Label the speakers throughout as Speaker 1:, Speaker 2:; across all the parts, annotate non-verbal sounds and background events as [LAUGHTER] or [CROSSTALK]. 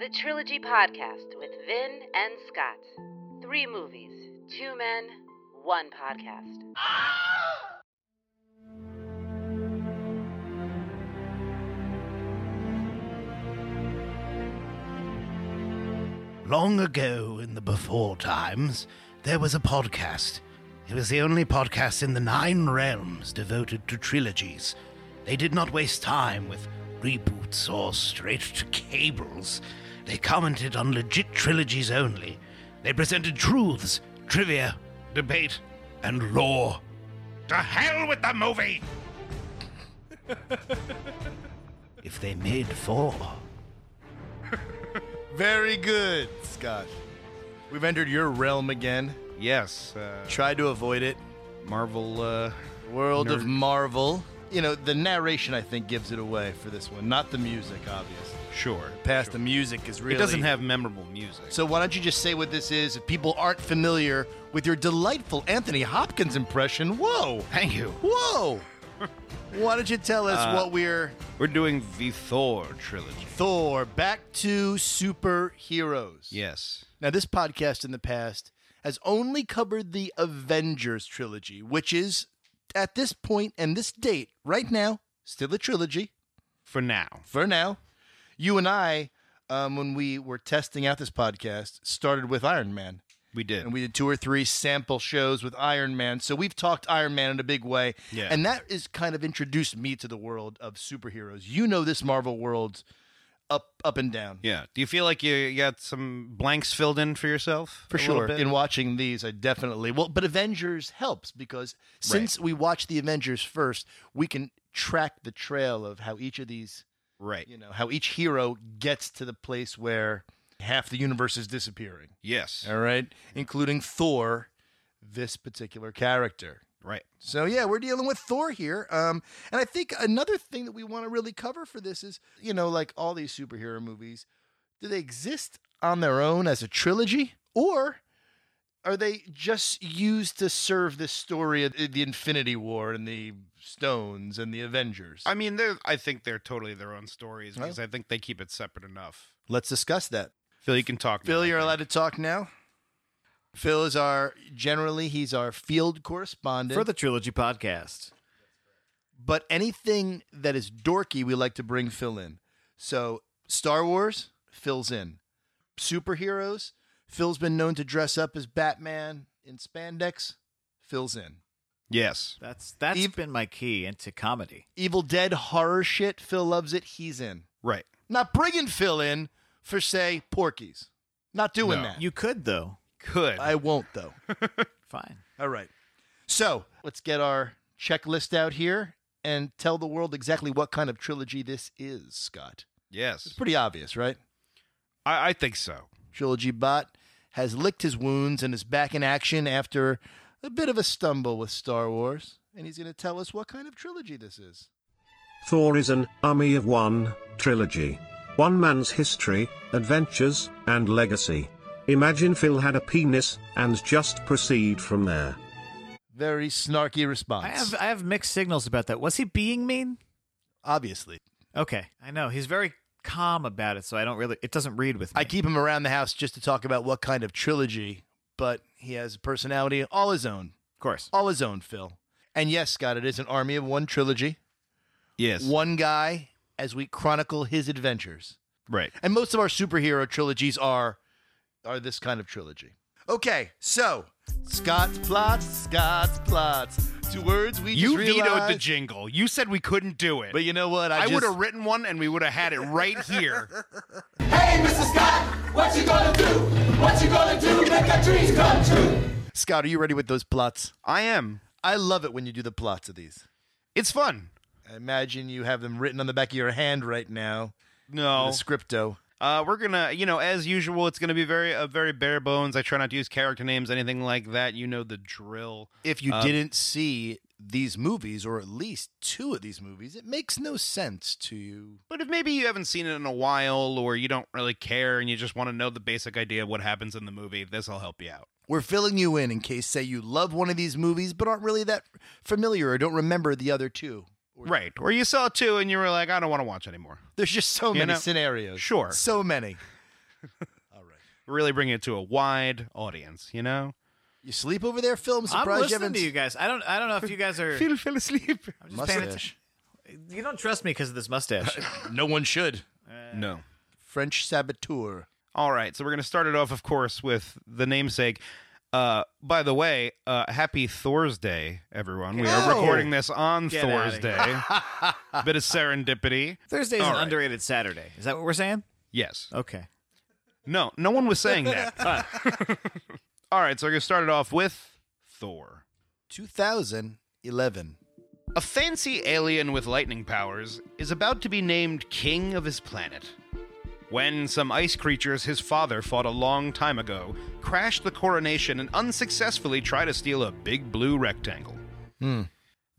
Speaker 1: The Trilogy Podcast with Vin and Scott. Three movies, two men, one podcast.
Speaker 2: Long ago in the before times, there was a podcast. It was the only podcast in the nine realms devoted to trilogies. They did not waste time with reboots or straight to cables. They commented on legit trilogies only. They presented truths, trivia, debate, and lore. To hell with the
Speaker 3: [LAUGHS]
Speaker 2: movie! if they made four.
Speaker 4: Very good, Scott. We've entered your realm again.
Speaker 3: Yes, uh,
Speaker 4: Tried to avoid it.
Speaker 3: Marvel. Uh,
Speaker 4: World of
Speaker 3: Nerd.
Speaker 4: Marvel. You know, the narration, I think, gives it away for this one. Not the music, obviously.
Speaker 3: sure.
Speaker 4: Past the music is really.
Speaker 3: It doesn't have memorable music.
Speaker 4: So why don't you just say what this is if people aren't familiar with your delightful Anthony Hopkins impression? Whoa!
Speaker 2: Thank you.
Speaker 3: [LAUGHS]
Speaker 4: Whoa! why don't you tell us
Speaker 3: Uh,
Speaker 4: what we're.
Speaker 3: We're doing the Thor trilogy.
Speaker 4: Thor, back to superheroes.
Speaker 3: Yes.
Speaker 4: Now, this podcast in the past has only covered the Avengers trilogy, which is at this point and this date, right now, still a trilogy
Speaker 3: For now.
Speaker 4: for now. You and I, um, when we were testing out this podcast, started with Iron Man.
Speaker 3: We did.
Speaker 4: And we did two or three sample shows with Iron Man. So we've talked Iron Man in a big way.
Speaker 3: Yeah.
Speaker 4: And that is kind of introduced me to the world of superheroes. You know this Marvel world's up up and down.
Speaker 3: yeah. Do you feel like you, you got some blanks filled in for yourself?
Speaker 4: for
Speaker 3: a little
Speaker 4: sure.
Speaker 3: bit?
Speaker 4: In watching these, I definitely well, but Avengers helps because since we watch the Avengers first, we can track the trail of how each of these,
Speaker 3: right.
Speaker 4: you know, how each hero gets to the place where half the universe is disappearing.
Speaker 3: Yes.
Speaker 4: All right, including Thor, this particular character.
Speaker 3: Right.
Speaker 4: So yeah, we're dealing with Thor here. Um, and I think another thing that we want to really cover for this is, you know, like all these superhero movies, do they exist on their own as a trilogy, or are they just used to serve this story of the Infinity War and the Stones and the Avengers?
Speaker 3: I mean, they're, I think they're totally their own stories because I think they keep it separate enough.
Speaker 4: Let's discuss that.
Speaker 3: Phil, you can talk. now,
Speaker 4: Phil,
Speaker 3: I
Speaker 4: you're
Speaker 3: think.
Speaker 4: allowed to talk now. Phil is our generally he's our field correspondent
Speaker 5: for the trilogy podcast.
Speaker 4: But anything that is dorky, we like to bring Phil in. So Star Wars, Phil's in. Superheroes, Phil's been known to dress up as Batman in spandex, Phil's in.
Speaker 3: Yes.
Speaker 5: That's that's
Speaker 4: Eve-
Speaker 5: been my key into comedy.
Speaker 4: Evil Dead horror shit, Phil loves it, he's in.
Speaker 3: Right.
Speaker 4: Not bringing Phil in for, say, Porky's. Not doing
Speaker 3: No.
Speaker 4: that.
Speaker 5: You could though.
Speaker 3: Good.
Speaker 4: I won't, though.
Speaker 5: Fine.
Speaker 4: All right. So let's get our checklist out here and tell the world exactly what kind of trilogy this is, Scott. It's
Speaker 3: yes.
Speaker 4: pretty obvious, right?
Speaker 3: I, I think so.
Speaker 4: Trilogy Bot has licked his wounds and is back in action after a bit of a stumble with Star Wars, and he's going to tell us what kind of trilogy this is.
Speaker 6: Thor is an Army of One trilogy. One man's history, adventures, and legacy. Imagine Phil had a penis, and just proceed from there.
Speaker 4: Very snarky response.
Speaker 5: I have uh, I have mixed signals about that. Was he being mean?
Speaker 4: obviously.
Speaker 5: Okay. I know. He's very calm about it, so I don't really it doesn't read with me.
Speaker 4: I keep him around the house just to talk about what kind of trilogy, but he has a personality all his own,
Speaker 5: of course.
Speaker 4: all his own, Phil. And yes, Scott, it is an Army of One trilogy.
Speaker 3: Yes.
Speaker 4: One guy as we chronicle his adventures.
Speaker 3: Right.
Speaker 4: And most of our superhero trilogies are are this kind of trilogy. Okay, so Scott's plots, Scott's plots. Two words we
Speaker 3: You
Speaker 4: just
Speaker 3: vetoed the
Speaker 4: realized.
Speaker 3: jingle. You said we couldn't do it.
Speaker 4: but you know what?
Speaker 3: I
Speaker 4: I, just-
Speaker 3: would have written one and we would have had it right
Speaker 4: [LAUGHS]
Speaker 3: here.
Speaker 7: Hey, Mr. Scott, what you gonna do? What you gonna do? Make our dreams come true.
Speaker 4: Scott, are you ready with those plots?
Speaker 3: I am.
Speaker 4: I love it when you do the plots of these.
Speaker 3: It's fun.
Speaker 4: I imagine you have them written on the back of your hand right now.
Speaker 3: No.
Speaker 4: The scripto.
Speaker 3: Uh, we're gonna, you know, as usual, it's gonna be very, uh, very bare bones. I try not to use character names, anything like that. You know the drill.
Speaker 4: If you didn't see these movies, or at least two of these movies, it makes no sense to you.
Speaker 3: But if maybe you haven't seen it in a while, or you don't really care, and you just want to know the basic idea of what happens in the movie, this will help you out.
Speaker 4: We're filling you in in case, say, you love one of these movies but aren't really that familiar or don't remember the other two. Or-
Speaker 3: Right? Or you saw two and you were like, I don't want to watch anymore.
Speaker 4: There's just so
Speaker 3: You
Speaker 4: many
Speaker 3: know,
Speaker 4: scenarios.
Speaker 3: sure.
Speaker 4: So many.
Speaker 3: really bring it to a wide audience, you know?
Speaker 4: You sleep over there, Phil? I'm
Speaker 5: I'm
Speaker 4: surprised you
Speaker 5: listening
Speaker 4: haven't.
Speaker 5: to you guys. I don't. I don't know if you guys are.
Speaker 3: Phil fell [LAUGHS] asleep.
Speaker 5: I'm just paying
Speaker 4: Mustache.
Speaker 5: atten- You don't trust me because of this mustache.
Speaker 4: No one should.
Speaker 3: No.
Speaker 4: French saboteur.
Speaker 3: All right, so we're going to start it off, of course, with the namesake. Uh, by the way, uh, happy Thursday, everyone. We are
Speaker 4: Oh.
Speaker 3: recording this on
Speaker 5: Get outta
Speaker 3: Thursday. Bit of serendipity.
Speaker 5: Thursday's
Speaker 3: All
Speaker 5: an
Speaker 3: right.
Speaker 5: underrated Saturday. Is that what we're saying?
Speaker 3: Yes.
Speaker 5: Okay.
Speaker 3: No, no one was saying
Speaker 5: [LAUGHS]
Speaker 3: that. All right, so we're going to start it off with Thor.
Speaker 4: 2011.
Speaker 3: A fancy alien with lightning powers is about to be named king of his planet. When some ice creatures his father fought a long time ago crashed the coronation and unsuccessfully try to steal a big blue rectangle. The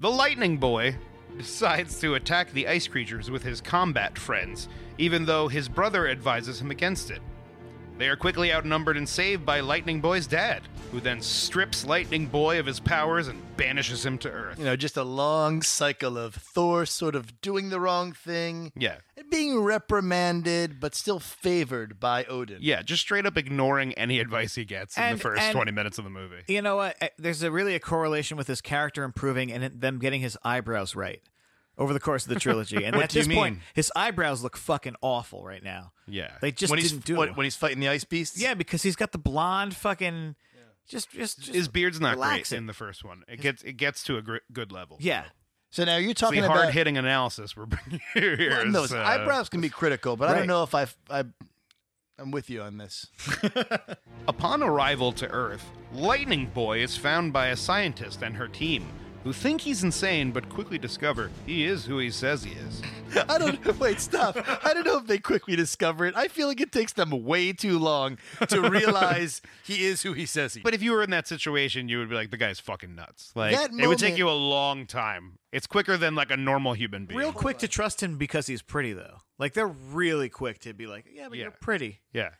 Speaker 3: lightning boy [LAUGHS] decides to attack the ice creatures with his combat friends, even though his brother advises him against it. They are quickly outnumbered and saved by Lightning Boy's dad, who then strips Lightning Boy of his powers and banishes him to Earth.
Speaker 4: You know, just a long cycle of Thor sort of doing the wrong thing
Speaker 3: Yeah.
Speaker 4: and being reprimanded, but still favored by Odin.
Speaker 3: Yeah, just straight up ignoring any [LAUGHS] advice he gets in
Speaker 5: And-
Speaker 3: the first
Speaker 5: and-
Speaker 3: 20 minutes of the movie.
Speaker 5: You know what? Uh, There's a really a correlation with his character improving and it- them getting his eyebrows right over the course of
Speaker 3: [LAUGHS]
Speaker 5: the trilogy. And
Speaker 3: What
Speaker 5: at
Speaker 3: do you
Speaker 5: this point,
Speaker 3: mean?
Speaker 5: his eyebrows look fucking awful right now.
Speaker 3: Yeah.
Speaker 5: They just
Speaker 4: when he's
Speaker 5: didn't do
Speaker 4: when,
Speaker 5: it.
Speaker 4: when he's fighting the ice beasts.
Speaker 5: yeah, because he's got the blonde fucking just just, just
Speaker 3: His beard's not
Speaker 5: relax
Speaker 3: great
Speaker 5: it.
Speaker 3: in the first one. It gets it gets to a gr- good level.
Speaker 5: yeah.
Speaker 4: So now you're
Speaker 3: It's
Speaker 4: talking
Speaker 3: the
Speaker 4: about
Speaker 3: hard hitting analysis we're bringing [LAUGHS] here.
Speaker 4: Well, no,
Speaker 3: is,
Speaker 4: his
Speaker 3: uh,
Speaker 4: eyebrows can be critical, but I
Speaker 5: Right.
Speaker 4: don't know if I I I'm with you on this. [LAUGHS]
Speaker 3: Upon arrival to Earth, Lightning Boy is found by a scientist and her team, who think he's insane but quickly discover he is who he says he is.
Speaker 4: I don't wait, stop. I don't know if they quickly discover it. I feel like it takes them way too long to realize he is who he says he.
Speaker 3: But if you were in that situation, you would be like, the guy's fucking nuts. Like,
Speaker 4: That
Speaker 3: it would take
Speaker 4: moment-
Speaker 3: you a long time. It's quicker than like a normal human being.
Speaker 5: Real quick to trust him because he's pretty though. Like they're really quick to be like, yeah, but
Speaker 3: Yeah.
Speaker 5: you're pretty.
Speaker 3: Yeah.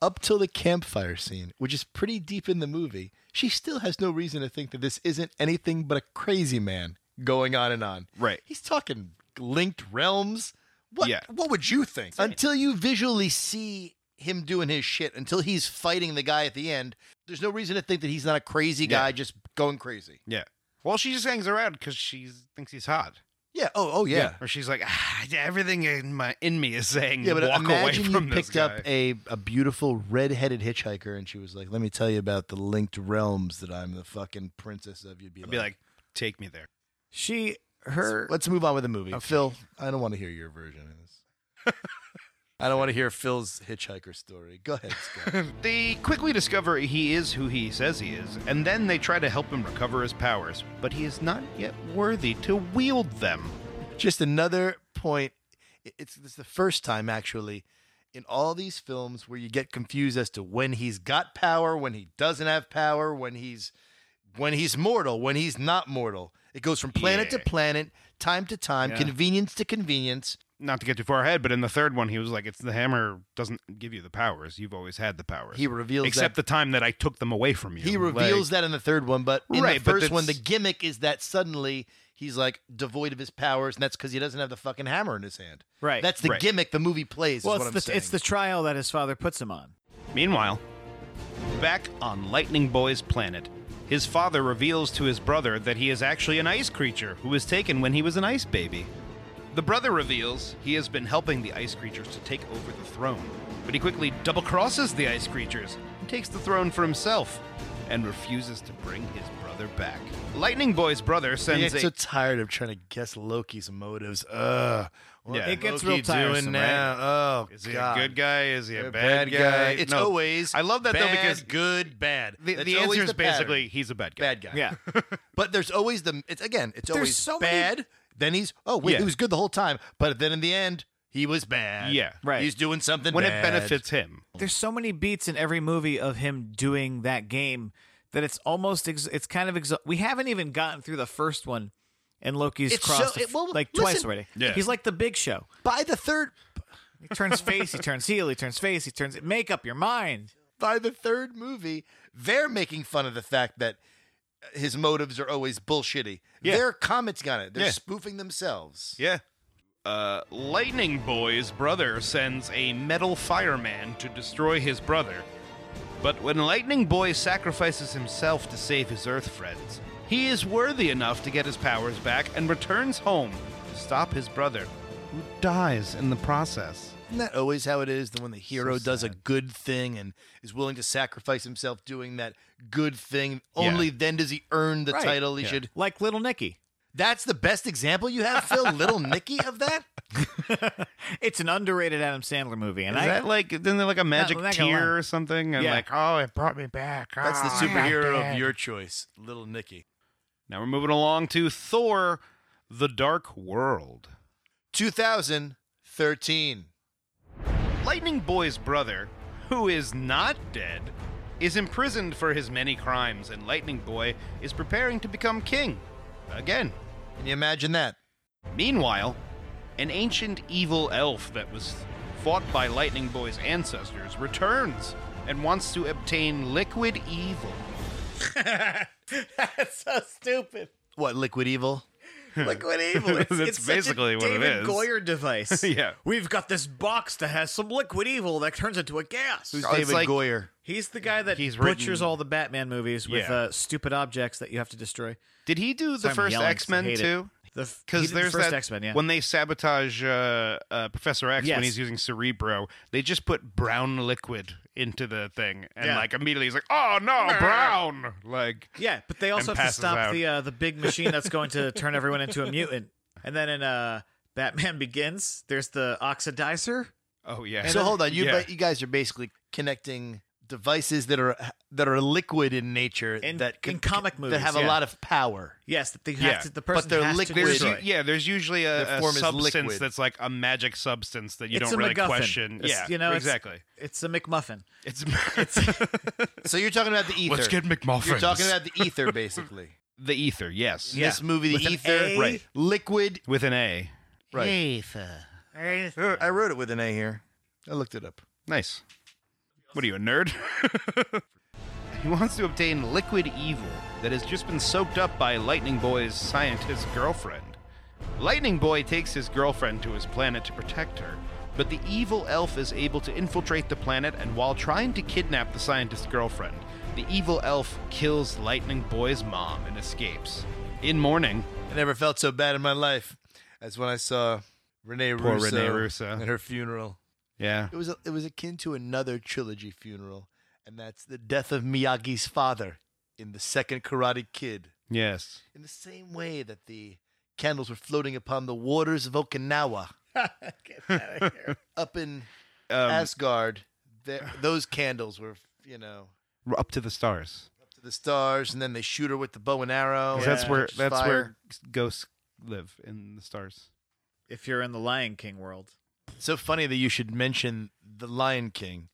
Speaker 4: up till the campfire scene, which is pretty deep in the movie, she still has no reason to think that this isn't anything but a crazy man going on and on.
Speaker 3: Right.
Speaker 4: He's talking linked realms. What
Speaker 3: Yeah.
Speaker 4: what would you think? Until you visually see him doing his shit, until he's fighting the guy at the end, there's no reason to think that he's not a crazy
Speaker 3: Yeah.
Speaker 4: guy just going crazy.
Speaker 3: Yeah. Well, she just hangs around because she thinks he's hot.
Speaker 4: Yeah. Oh, oh yeah.
Speaker 3: Or she's like, ah, everything in my in me is saying,
Speaker 4: Yeah, but
Speaker 3: walk away
Speaker 4: imagine you
Speaker 3: from this
Speaker 4: picked
Speaker 3: guy.
Speaker 4: up a, a beautiful red-headed hitchhiker, and she was like, "Let me tell you about the linked realms that I'm the fucking princess of." You'd be,
Speaker 3: I'd be like, take me there.
Speaker 5: She her
Speaker 4: Let's move on with the movie.
Speaker 5: Okay.
Speaker 4: Phil, I don't want to hear your version of this.
Speaker 3: [LAUGHS]
Speaker 4: I don't want to hear Phil's hitchhiker story. Go ahead, Scott.
Speaker 3: They quickly discover he is who he says he is, and then they try to help him recover his powers, but he is not yet worthy to wield them.
Speaker 4: Just another point. I- It's, it's the first time, actually, in all these films where you get confused as to when he's got power, when he doesn't have power, when he's when he's mortal, when he's not mortal. It goes from planet to
Speaker 3: Yeah.
Speaker 4: planet, time to time,
Speaker 5: Yeah.
Speaker 4: convenience to convenience.
Speaker 3: Not to get too far ahead, but in the third one, he was like, "It's the hammer doesn't give you the powers. You've always had the powers."
Speaker 4: He reveals
Speaker 3: except the time that I took them away from you.
Speaker 4: He reveals that in the third one, but in
Speaker 3: Right,
Speaker 4: the
Speaker 3: but
Speaker 4: first one, the
Speaker 3: that's-
Speaker 4: gimmick is that suddenly he's like devoid of his powers, and that's because he doesn't have the fucking hammer in his hand.
Speaker 5: Right.
Speaker 4: That's the
Speaker 3: Right.
Speaker 4: gimmick the movie plays.
Speaker 5: well,
Speaker 4: is what
Speaker 5: it's
Speaker 4: I'm
Speaker 5: the
Speaker 4: saying.
Speaker 5: it's the trial that his father puts him on.
Speaker 3: Meanwhile, back on Lightning Boy's planet, his father reveals to his brother that he is actually an ice creature who was taken when he was an ice baby. The brother reveals he has been helping the ice creatures to take over the throne, but he quickly double crosses the ice creatures and takes the throne for himself and refuses to bring his brother back. Lightning Boy's brother
Speaker 4: I
Speaker 3: sends
Speaker 4: get so
Speaker 3: a.
Speaker 4: tired of trying to guess Loki's motives. Ugh. What
Speaker 3: Yeah.
Speaker 4: is
Speaker 3: It
Speaker 5: gets
Speaker 4: Loki
Speaker 5: real tiresome,
Speaker 4: doing now? Oh,
Speaker 3: Is he
Speaker 4: God.
Speaker 3: a good guy? Is he a,
Speaker 4: A
Speaker 3: bad, guy?
Speaker 4: It's
Speaker 3: No.
Speaker 4: always.
Speaker 3: I love that though
Speaker 4: bad,
Speaker 3: because
Speaker 4: good, bad.
Speaker 3: the,
Speaker 4: That's
Speaker 3: the
Speaker 4: always
Speaker 3: answer is
Speaker 4: the pattern.
Speaker 3: basically he's a bad guy.
Speaker 4: bad guy.
Speaker 5: Yeah.
Speaker 4: [LAUGHS] But there's always the it's again, it's
Speaker 5: There's
Speaker 4: always
Speaker 5: so many-
Speaker 4: bad. Then he's oh wait,
Speaker 3: Yeah.
Speaker 4: he was good the whole time, but then in the end he was bad.
Speaker 3: Yeah.
Speaker 5: Right.
Speaker 4: He's doing something
Speaker 3: When
Speaker 4: bad.
Speaker 3: it benefits him.
Speaker 5: there's so many beats in every movie of him doing that game that it's almost ex- it's kind of exa- we haven't even gotten through the first one and Loki's
Speaker 4: It's
Speaker 5: crossed
Speaker 4: so-
Speaker 5: the
Speaker 4: it- well,
Speaker 5: like
Speaker 4: listen-
Speaker 5: twice already.
Speaker 3: Yeah.
Speaker 5: He's like the big show.
Speaker 4: By the third,
Speaker 5: He turns [LAUGHS] face, he turns heel, he turns face, he turns make up your mind.
Speaker 4: by the third movie, they're making fun of the fact that uh, his motives are always bullshitty.
Speaker 3: Yeah.
Speaker 4: They're commenting on it. They're
Speaker 3: Yeah.
Speaker 4: spoofing themselves.
Speaker 3: Yeah. Uh, Lightning Boy's brother sends a metal fireman to destroy his brother, But when Lightning Boy sacrifices himself to save his Earth friends, he is worthy enough to get his powers back and returns home to stop his brother, who dies in the process.
Speaker 4: Isn't that always how it is? That when the hero does a good thing and is willing to sacrifice himself doing that good thing, only then does he earn the
Speaker 5: Right.
Speaker 4: title he
Speaker 3: Yeah.
Speaker 4: should.
Speaker 5: Like Little Nicky. [LAUGHS]
Speaker 4: That's the best example you have, Phil. [LAUGHS] Little Nicky of that.
Speaker 5: It's an underrated Adam Sandler movie, and
Speaker 3: Is
Speaker 5: I
Speaker 3: that like isn't there like a magic
Speaker 5: not gonna lie.
Speaker 3: tear or something? And
Speaker 5: Yeah.
Speaker 3: like, oh, it brought me back.
Speaker 4: That's the
Speaker 3: Oh, I'm not
Speaker 4: superhero
Speaker 3: dead."
Speaker 4: of your choice, Little Nicky.
Speaker 3: Now we're moving along to Thor: The Dark World.
Speaker 4: 2013.
Speaker 3: Lightning Boy's brother, who is not dead, is imprisoned for his many crimes, and Lightning Boy is preparing to become king again.
Speaker 4: Can you imagine that?
Speaker 3: Meanwhile, an ancient evil elf that was fought by Lightning Boy's ancestors returns and wants to obtain liquid evil.
Speaker 5: [LAUGHS] that's so stupid.
Speaker 4: What Liquid Evil?
Speaker 5: Liquid
Speaker 3: [LAUGHS]
Speaker 5: evil. It's,
Speaker 3: That's
Speaker 5: it's such a
Speaker 3: basically what it
Speaker 5: David
Speaker 3: is.
Speaker 5: Goyer
Speaker 3: [LAUGHS]
Speaker 5: device.
Speaker 3: Yeah.
Speaker 5: we've got this box that has some liquid evil that turns into a gas.
Speaker 4: Who's
Speaker 3: Oh, it's
Speaker 4: David
Speaker 3: like-
Speaker 4: Goyer?
Speaker 5: He's the guy that
Speaker 3: He's
Speaker 5: butchers
Speaker 3: written-
Speaker 5: all the Batman movies with
Speaker 3: Yeah.
Speaker 5: uh, stupid objects that you have to destroy.
Speaker 3: Did he do the
Speaker 5: Sorry, I'm
Speaker 3: first
Speaker 5: yelling, 'cause I
Speaker 3: X Men
Speaker 5: hate it.
Speaker 3: too?
Speaker 5: The f- he
Speaker 3: Because
Speaker 5: did the
Speaker 3: there's
Speaker 5: first
Speaker 3: that
Speaker 5: X-Men, yeah.
Speaker 3: when they sabotage uh, uh, Professor X
Speaker 5: Yes.
Speaker 3: when he's using Cerebro, they just put brown liquid into the thing, and
Speaker 5: Yeah.
Speaker 3: like immediately he's like, "Oh no, brown!" Like
Speaker 5: Yeah, but they also
Speaker 3: and
Speaker 5: have to
Speaker 3: passes
Speaker 5: stop
Speaker 3: out.
Speaker 5: the uh, the big machine that's going to turn everyone into a mutant. And then in uh, Batman Begins, there's the oxidizer.
Speaker 3: oh yeah.
Speaker 4: So hold on, you
Speaker 3: Yeah.
Speaker 4: ba- you guys are basically connecting devices that are that are liquid in nature
Speaker 5: In-
Speaker 4: that
Speaker 5: in comic
Speaker 4: that
Speaker 5: movies,
Speaker 4: have a
Speaker 5: yeah.
Speaker 4: lot of power.
Speaker 5: Yes, that they have
Speaker 3: Yeah,
Speaker 5: to, the
Speaker 3: but
Speaker 5: person
Speaker 4: they're
Speaker 5: has to
Speaker 4: liquid.
Speaker 3: There's
Speaker 5: destroy.
Speaker 3: u- yeah, there's usually
Speaker 4: Their
Speaker 3: a, a
Speaker 4: form is
Speaker 3: substance
Speaker 4: liquid.
Speaker 3: that's like a magic substance that you
Speaker 5: It's
Speaker 3: don't
Speaker 5: a
Speaker 3: really
Speaker 5: MacGuffin.
Speaker 3: question.
Speaker 5: It's-
Speaker 3: yeah,
Speaker 5: you know, it's-
Speaker 3: exactly.
Speaker 5: [LAUGHS] It's a McMuffin.
Speaker 3: It's,
Speaker 4: So you're talking about the [LAUGHS] ether.
Speaker 3: let's get McMuffins.
Speaker 4: You're talking about the ether,
Speaker 5: [LAUGHS]
Speaker 4: basically.
Speaker 3: [LAUGHS] the ether. Yes,
Speaker 5: Yeah.
Speaker 4: This movie, the
Speaker 5: With an
Speaker 4: ether,
Speaker 5: A? Right.
Speaker 4: Liquid,
Speaker 3: with an A.
Speaker 4: right? I wrote it with an A here. I looked it up.
Speaker 3: Nice. What are you, a nerd? [LAUGHS] he wants to obtain liquid evil that has just been soaked up by Lightning Boy's scientist girlfriend. Lightning Boy takes his girlfriend to his planet to protect her, but the evil elf is able to infiltrate the planet, and while trying to kidnap the scientist's girlfriend, the evil elf kills Lightning Boy's mom and escapes. In mourning,
Speaker 4: I never felt so bad in my life as when I saw Rene
Speaker 3: Poor
Speaker 4: Russo,
Speaker 3: Rene Russo.
Speaker 4: at her funeral.
Speaker 3: yeah,
Speaker 4: It was it was akin to another trilogy funeral, and that's the death of Miyagi's father in the second Karate Kid.
Speaker 3: yes.
Speaker 4: In the same way that the candles were floating upon the waters of Okinawa, [LAUGHS] up in
Speaker 3: Um,
Speaker 4: Asgard, th- those candles were, you know,
Speaker 3: up to the stars.
Speaker 4: to the stars, and then they shoot her with the bow and arrow.
Speaker 3: 'Cause
Speaker 4: and
Speaker 3: that's where
Speaker 4: catches
Speaker 3: that's
Speaker 4: Oh, fire.
Speaker 3: where ghosts live in the stars.
Speaker 5: If you're in the Lion King world,
Speaker 4: So funny that you should mention the Lion King,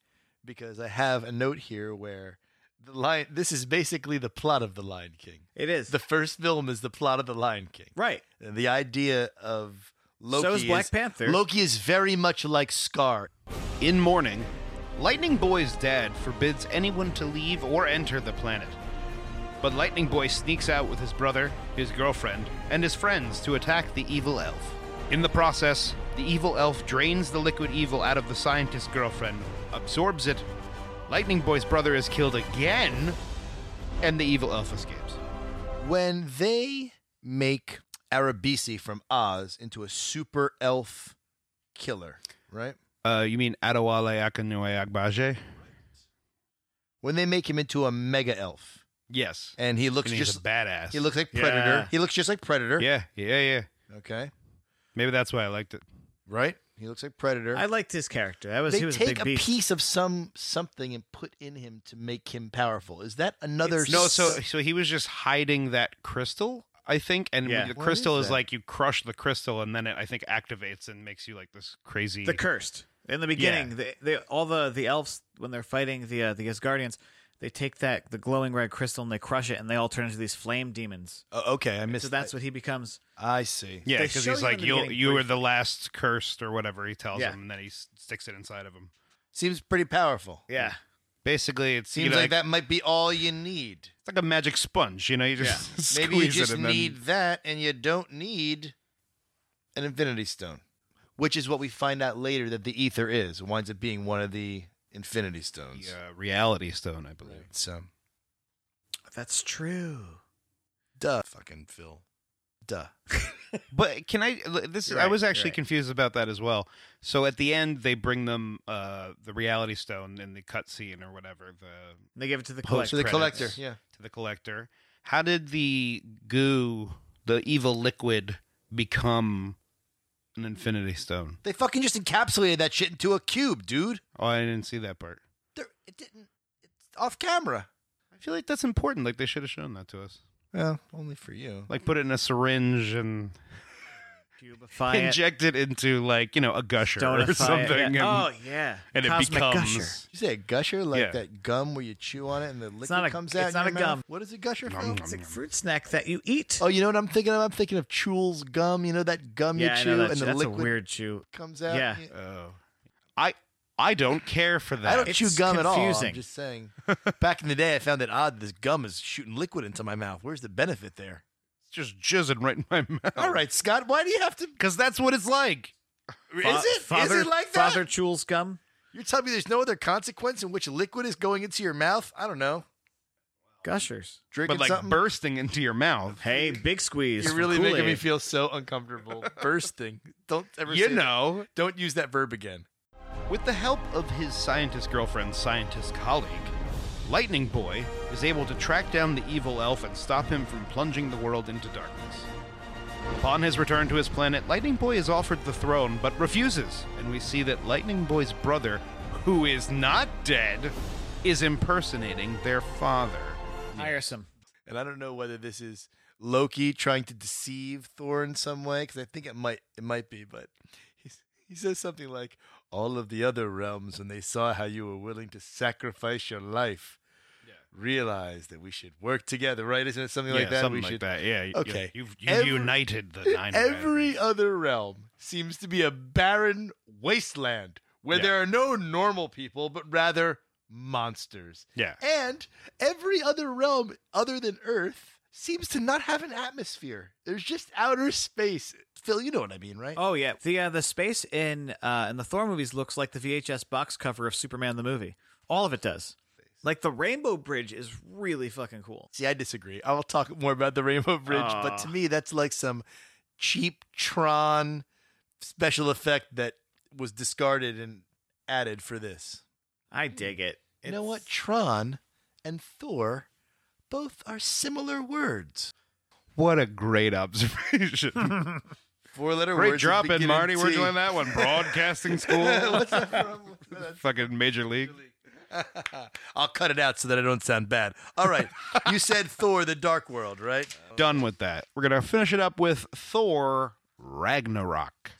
Speaker 4: because I have a note here where the lion. This is basically the plot of the Lion King.
Speaker 5: it is
Speaker 4: The first film is the plot of the Lion King.
Speaker 5: right.
Speaker 4: And the idea of Loki
Speaker 5: is Black Panther.
Speaker 4: Loki is very much like Scar.
Speaker 3: In mourning, Lightning Boy's dad forbids anyone to leave or enter the planet. But Lightning Boy sneaks out with his brother, his girlfriend, and his friends to attack the evil elf. In the process, the evil elf drains the liquid evil out of the scientist's girlfriend, absorbs it. Lightning Boy's brother is killed again, and the evil elf escapes.
Speaker 4: When they make Arabisi from Oz into a super elf killer, right?
Speaker 3: Uh, you mean Adewale Akinue Agbaje?
Speaker 4: When they make him into a mega elf,
Speaker 3: Yes.
Speaker 4: and he looks
Speaker 3: And he's
Speaker 4: just
Speaker 3: a badass.
Speaker 4: he looks like Predator.
Speaker 5: Yeah.
Speaker 4: He looks just like Predator.
Speaker 3: Yeah, yeah, yeah.
Speaker 4: Okay.
Speaker 3: Maybe that's why I liked it.
Speaker 4: Right. He looks like Predator.
Speaker 5: I liked his character. That was
Speaker 4: they
Speaker 5: he was a
Speaker 4: take
Speaker 5: big
Speaker 4: a,
Speaker 5: beast.
Speaker 4: piece of some something and put in him to make him powerful. Is that another?
Speaker 5: It's-
Speaker 3: No,
Speaker 4: s-
Speaker 3: so so he was just hiding that crystal, I think, and
Speaker 5: Yeah.
Speaker 3: the
Speaker 4: What
Speaker 3: crystal
Speaker 4: is
Speaker 3: is,
Speaker 4: that?
Speaker 3: like you crush the crystal and then it I think activates and makes you like this crazy.
Speaker 5: the cursed in the beginning. They, they all the the elves when they're fighting the uh, the Asgardians, they take that the glowing red crystal and they crush it, and they all turn into these flame demons.
Speaker 4: Oh, okay, I missed.
Speaker 5: So that's what he becomes.
Speaker 4: I see.
Speaker 3: yeah,
Speaker 5: they
Speaker 3: because
Speaker 5: show
Speaker 3: he's
Speaker 5: you in
Speaker 3: like
Speaker 5: the
Speaker 3: you
Speaker 5: beginning
Speaker 3: you were
Speaker 5: brief-
Speaker 3: the last cursed or whatever he tells
Speaker 5: Yeah.
Speaker 3: him, and then he s- sticks it inside of him.
Speaker 4: Seems pretty powerful.
Speaker 5: Yeah,
Speaker 3: Basically, it
Speaker 4: Seems like that might be all you need.
Speaker 3: It's like a magic sponge, you know. You just [LAUGHS]
Speaker 4: Maybe you
Speaker 3: squeeze
Speaker 4: just
Speaker 3: it and then-
Speaker 4: need that, and you don't need an Infinity Stone, which is what we find out later that the Ether is. It winds up being one of the Infinity Stones.
Speaker 3: The uh, Reality Stone, I believe.
Speaker 4: So,
Speaker 5: That's true.
Speaker 4: duh, fucking Phil. Duh. [LAUGHS]
Speaker 3: But uh, can I? l- This
Speaker 5: You're
Speaker 3: I
Speaker 5: right,
Speaker 3: was
Speaker 5: you're
Speaker 3: actually
Speaker 5: right.
Speaker 3: confused about that as well. So at the end, they bring them uh, the Reality Stone in the cutscene or whatever the
Speaker 5: They give it to the
Speaker 3: Post-
Speaker 5: collector.
Speaker 4: So the
Speaker 3: credits.
Speaker 4: collector, yeah.
Speaker 3: to the collector. How did the goo, the evil liquid, become an Infinity Stone?
Speaker 4: They fucking just encapsulated that shit into a cube, dude.
Speaker 3: Oh, I didn't see that part.
Speaker 4: There, it didn't. It's off camera.
Speaker 3: I feel like that's important. Like they should have shown that to us.
Speaker 4: Well, only for you.
Speaker 3: Like put it in a syringe and
Speaker 5: Pubify it,
Speaker 3: inject it into like you know a gusher
Speaker 5: donify
Speaker 3: or
Speaker 5: it,
Speaker 3: something,
Speaker 5: yeah.
Speaker 3: and,
Speaker 5: oh yeah,
Speaker 3: and it
Speaker 5: Cosmic
Speaker 3: becomes.
Speaker 5: Gusher.
Speaker 4: You say a gusher like
Speaker 3: Yeah.
Speaker 4: that gum where you chew on it and the liquid
Speaker 5: not a-
Speaker 4: comes
Speaker 5: it's
Speaker 4: out. in
Speaker 5: not
Speaker 4: your
Speaker 5: a
Speaker 4: mouth?
Speaker 5: gum.
Speaker 4: What is a gusher,
Speaker 3: Nom,
Speaker 4: Phil?
Speaker 3: nom.
Speaker 5: It's like fruit snack that you eat.
Speaker 4: Oh, you know what I'm thinking of? I'm thinking of Chewel's gum. You know that gum
Speaker 5: yeah,
Speaker 4: you
Speaker 5: I
Speaker 4: chew
Speaker 5: know that
Speaker 4: and
Speaker 5: shit.
Speaker 4: the
Speaker 5: that's a
Speaker 4: liquid
Speaker 5: weird chew.
Speaker 4: comes out.
Speaker 5: Yeah.
Speaker 3: Oh, I I don't care for that.
Speaker 4: I don't
Speaker 5: It's
Speaker 4: chew gum at all. I'm
Speaker 5: confusing.
Speaker 4: just
Speaker 5: [LAUGHS]
Speaker 4: saying. Back in the day, I found it odd. This gum is shooting liquid into my mouth. Where's the benefit there?
Speaker 3: It's just jizzing right in my [LAUGHS] mouth.
Speaker 4: All right, Scott. Why do you have to?
Speaker 3: because that's what it's like.
Speaker 4: is it? Is
Speaker 5: Father,
Speaker 4: it like that?
Speaker 5: Father Chewel's gum?
Speaker 4: You're telling me there's no other consequence in which liquid is going into your mouth? I don't know.
Speaker 5: Gushers.
Speaker 4: Drinking
Speaker 3: But like
Speaker 4: something.
Speaker 3: bursting into your mouth.
Speaker 5: Hey, big squeeze.
Speaker 4: You're
Speaker 5: from
Speaker 4: really making me
Speaker 5: Kool-Aid.
Speaker 4: feel
Speaker 3: [LAUGHS]
Speaker 4: so uncomfortable. Bursting. Don't ever.
Speaker 3: You
Speaker 4: say that.
Speaker 3: know,
Speaker 4: Don't use that verb again.
Speaker 3: With the help of his scientist girlfriend's scientist colleague, Lightning Boy is able to track down the evil elf and stop him from plunging the world into darkness. Upon his return to his planet, Lightning Boy is offered the throne but refuses, and we see that Lightning Boy's brother, who is not dead, is impersonating their father.
Speaker 5: tiresome.
Speaker 4: And I don't know whether this is Loki trying to deceive Thor in some way, because I think it might it might be, but he's, he says something like, "All of the other realms, when they saw how you were willing to sacrifice your life, realized that we should work together." Right? Isn't it something like
Speaker 3: Yeah,
Speaker 4: that?
Speaker 3: something
Speaker 4: we
Speaker 3: like
Speaker 4: should,
Speaker 3: that. Yeah. [LAUGHS] you-
Speaker 4: Okay.
Speaker 3: You've, you
Speaker 4: Every-
Speaker 3: united
Speaker 4: [LAUGHS]
Speaker 3: the nine.
Speaker 4: Every other realm seems to be a barren wasteland where
Speaker 3: Yeah.
Speaker 4: there are no normal people, but rather monsters.
Speaker 3: Yeah.
Speaker 4: And every other realm other than Earth seems to not have an atmosphere. There's just outer space. Phil, you know what I mean, right?
Speaker 5: Oh yeah, the uh, the space in uh, in the Thor movies looks like the VHS box cover of Superman the movie. All of it does. Like the Rainbow Bridge is really fucking cool.
Speaker 4: See, I disagree. I'll talk more about the Rainbow Bridge, but to
Speaker 5: Aw.
Speaker 4: me, that's like some cheap Tron special effect that was discarded and added for this.
Speaker 5: I dig it.
Speaker 4: You know what?
Speaker 5: It's-
Speaker 4: Tron and Thor both are similar words.
Speaker 3: What a great [LAUGHS] observation.
Speaker 4: Four letter
Speaker 3: great drop in, Marty. We're doing
Speaker 4: that.
Speaker 3: that one.
Speaker 4: [LAUGHS]
Speaker 3: Broadcasting school.
Speaker 4: What's that from?
Speaker 3: fucking major league.
Speaker 4: I'll cut it out so that I don't sound bad. All right. [LAUGHS] you said Thor, the Dark World, right?
Speaker 3: Done with that. We're gonna finish it up with Thor Ragnarok.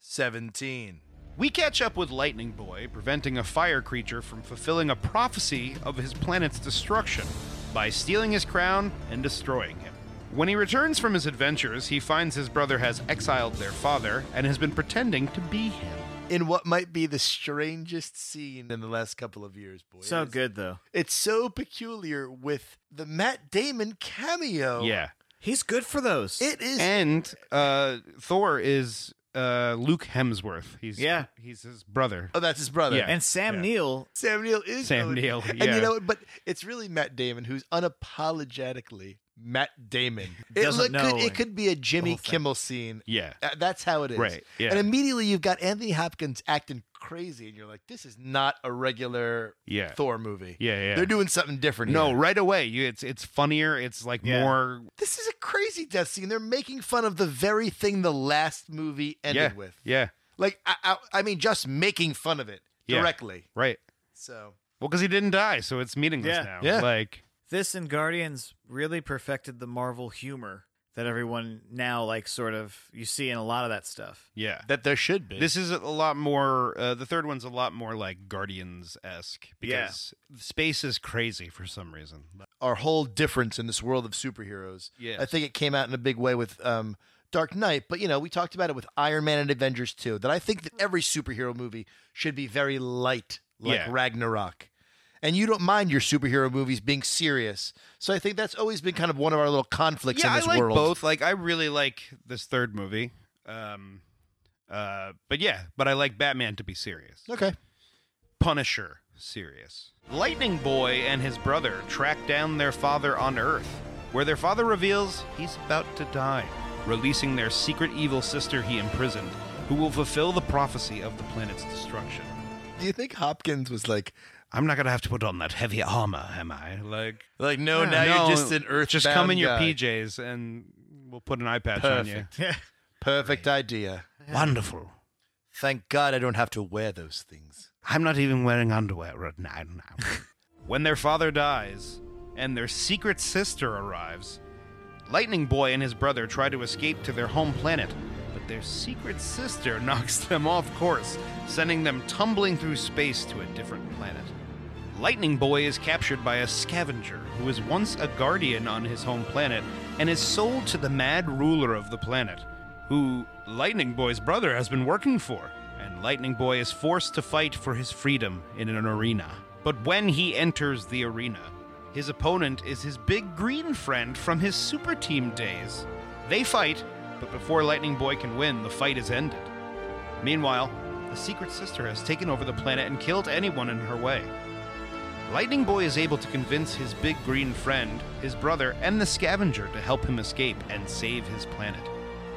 Speaker 4: 2017.
Speaker 3: We catch up with Lightning Boy, preventing a fire creature from fulfilling a prophecy of his planet's destruction by stealing his crown and destroying him. When he returns from his adventures, he finds his brother has exiled their father and has been pretending to be him.
Speaker 4: In what might be the strangest scene in the last couple of years, boy.
Speaker 5: So
Speaker 4: It is-
Speaker 5: good though.
Speaker 4: It's so peculiar with the Matt Damon cameo.
Speaker 3: Yeah.
Speaker 5: He's good for those.
Speaker 4: It Oh. is
Speaker 3: And uh, Thor is uh, Luke Hemsworth. He's
Speaker 5: Yeah.
Speaker 3: he's his brother.
Speaker 4: Oh, that's his brother.
Speaker 3: Yeah.
Speaker 5: and Sam
Speaker 3: Yeah.
Speaker 5: Neill.
Speaker 4: Sam Neill is
Speaker 3: Sam
Speaker 4: Odin.
Speaker 3: Neill,
Speaker 4: and
Speaker 3: yeah.
Speaker 4: you know, what? but it's really Matt Damon who's unapologetically Matt Damon. It
Speaker 5: Doesn't
Speaker 4: look- could,
Speaker 5: know
Speaker 4: it could be a Jimmy
Speaker 5: whole thing.
Speaker 4: Kimmel scene.
Speaker 3: Yeah.
Speaker 4: Uh, That's how it is.
Speaker 3: Right, yeah.
Speaker 4: And immediately you've got Anthony Hopkins acting crazy, and you're like, this is not a regular
Speaker 3: Yeah.
Speaker 4: Thor movie.
Speaker 3: Yeah, yeah.
Speaker 4: They're doing something different.
Speaker 3: No,
Speaker 4: here.
Speaker 3: right away. You, it's it's funnier. It's like
Speaker 5: Yeah.
Speaker 3: more
Speaker 4: this is a crazy death scene. They're making fun of the very thing the last movie ended
Speaker 3: yeah,
Speaker 4: with.
Speaker 3: Yeah,
Speaker 4: Like, I, I, I mean, just making fun of it
Speaker 3: Yeah.
Speaker 4: directly.
Speaker 3: right.
Speaker 4: So.
Speaker 3: Well, because he didn't die, so it's meaningless
Speaker 5: Yeah.
Speaker 3: now.
Speaker 4: Yeah.
Speaker 3: like
Speaker 5: This and Guardians really perfected the Marvel humor that everyone now like sort of you see in a lot of that stuff.
Speaker 3: yeah.
Speaker 4: That there should be.
Speaker 3: This is a lot more. Uh, the third one's a lot more like Guardians esque
Speaker 5: Yeah.
Speaker 3: because space is crazy for some reason.
Speaker 4: our whole difference in this world of superheroes.
Speaker 3: Yes.
Speaker 4: I think it came out in a big way with um, Dark Knight, but you know, we talked about it with Iron Man and Avengers 2, that I think that every superhero movie should be very light, like
Speaker 3: Yeah.
Speaker 4: Ragnarok. And you don't mind your superhero movies being serious. So I think that's always been kind of one of our little conflicts
Speaker 3: yeah,
Speaker 4: in
Speaker 3: I
Speaker 4: this
Speaker 3: like
Speaker 4: world.
Speaker 3: both. Like I really like this third movie. Um, uh, but yeah, but I like Batman to be serious.
Speaker 4: Okay.
Speaker 3: Punisher serious. Lightning Boy and his brother track down their father on Earth, where their father reveals he's about to die, releasing their secret evil sister he imprisoned, who will fulfill the prophecy of the planet's destruction.
Speaker 4: Do you think Hopkins was like,
Speaker 3: I'm not gonna have to put on that heavy armor, am I? Like,
Speaker 4: like no,
Speaker 3: Yeah,
Speaker 4: Oh, now
Speaker 3: no,
Speaker 4: you're just an earth.
Speaker 3: Just come in your PJs and we'll put an eye patch on you.
Speaker 4: Perfect. [LAUGHS] Perfect idea.
Speaker 2: Wonderful.
Speaker 4: Thank God I don't have to wear those things.
Speaker 2: I'm not even wearing underwear right now. now.
Speaker 3: When their father dies and their secret sister arrives, Lightning Boy and his brother try to escape to their home planet, but their secret sister [LAUGHS] knocks them off course, sending them tumbling through space to a different planet. Lightning Boy is captured by a scavenger who was once a guardian on his home planet and is sold to the mad ruler of the planet, who Lightning Boy's brother has been working for. And Lightning Boy is forced to fight for his freedom in an arena. But when he enters the arena, his opponent is his big green friend from his super team days. They fight, but before Lightning Boy can win, the fight is ended. Meanwhile, the Secret Sister has taken over the planet and killed anyone in her way. Lightning Boy is able to convince his big green friend, his brother, and the scavenger to help him escape and save his planet.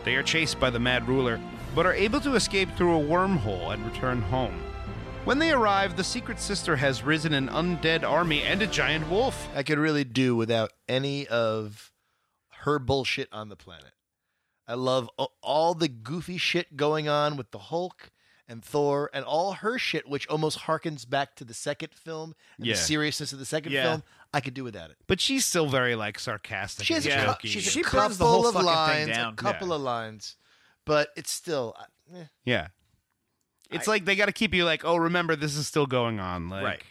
Speaker 3: They are chased by the Mad Ruler, but are able to escape through a wormhole and return home. When they arrive, the Secret Sister has risen an undead army and a giant wolf.
Speaker 4: I could really do without any of her bullshit on the planet. I love a- all the goofy shit going on with the Hulk and Thor and all her shit, which almost harkens back to the second film and
Speaker 3: Yeah.
Speaker 4: the seriousness of the second
Speaker 5: Yeah.
Speaker 4: film. I could do without it.
Speaker 3: But she's still very like sarcastic.
Speaker 4: She has
Speaker 5: Yeah.
Speaker 4: a, cou-
Speaker 3: jokey.
Speaker 4: she's a
Speaker 5: She
Speaker 4: couple
Speaker 5: burns the whole
Speaker 4: of
Speaker 5: fucking thing
Speaker 4: lines,
Speaker 5: down.
Speaker 4: a couple
Speaker 3: Yeah.
Speaker 4: of lines, but it's still eh,
Speaker 3: yeah. It's like they got to keep you like, oh, remember this is still going on, like,
Speaker 5: Right.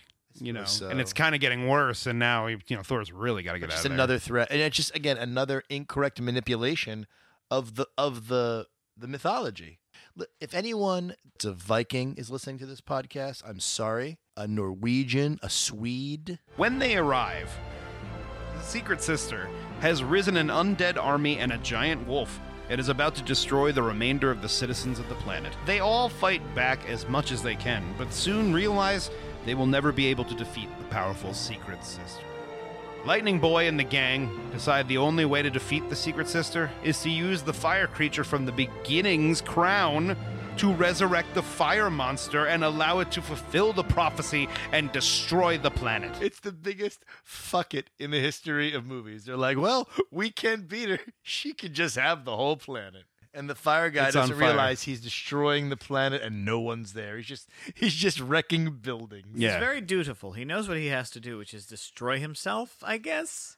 Speaker 3: You know,
Speaker 4: So-
Speaker 3: and it's kind of getting worse. And now you know Thor's really got to get out.
Speaker 4: just
Speaker 3: of there.
Speaker 4: another threat, and it's just again another incorrect manipulation of the of the the mythology. L- If anyone, it's a Viking, is listening to this podcast, I'm sorry. A Norwegian, a Swede,
Speaker 3: When they arrive, the Secret Sister has risen an undead army and a giant wolf and is about to destroy the remainder of the citizens of the planet. They all fight back as much as they can, but soon realize they will never be able to defeat the powerful Secret Sister. Lightning Boy and the gang decide the only way to defeat the Secret Sister is to use the fire creature from the beginning's crown to resurrect the fire monster and allow it to fulfill the prophecy and destroy the planet.
Speaker 4: it's the biggest fuck it in the history of movies. They're like, well, we can't beat her. She could just have the whole planet. And the fire guy
Speaker 3: It's on
Speaker 4: doesn't
Speaker 3: fire.
Speaker 4: realize he's destroying the planet and no one's there. He's just he's just wrecking buildings.
Speaker 5: He's very dutiful. He knows what he has to do, which is destroy himself. I guess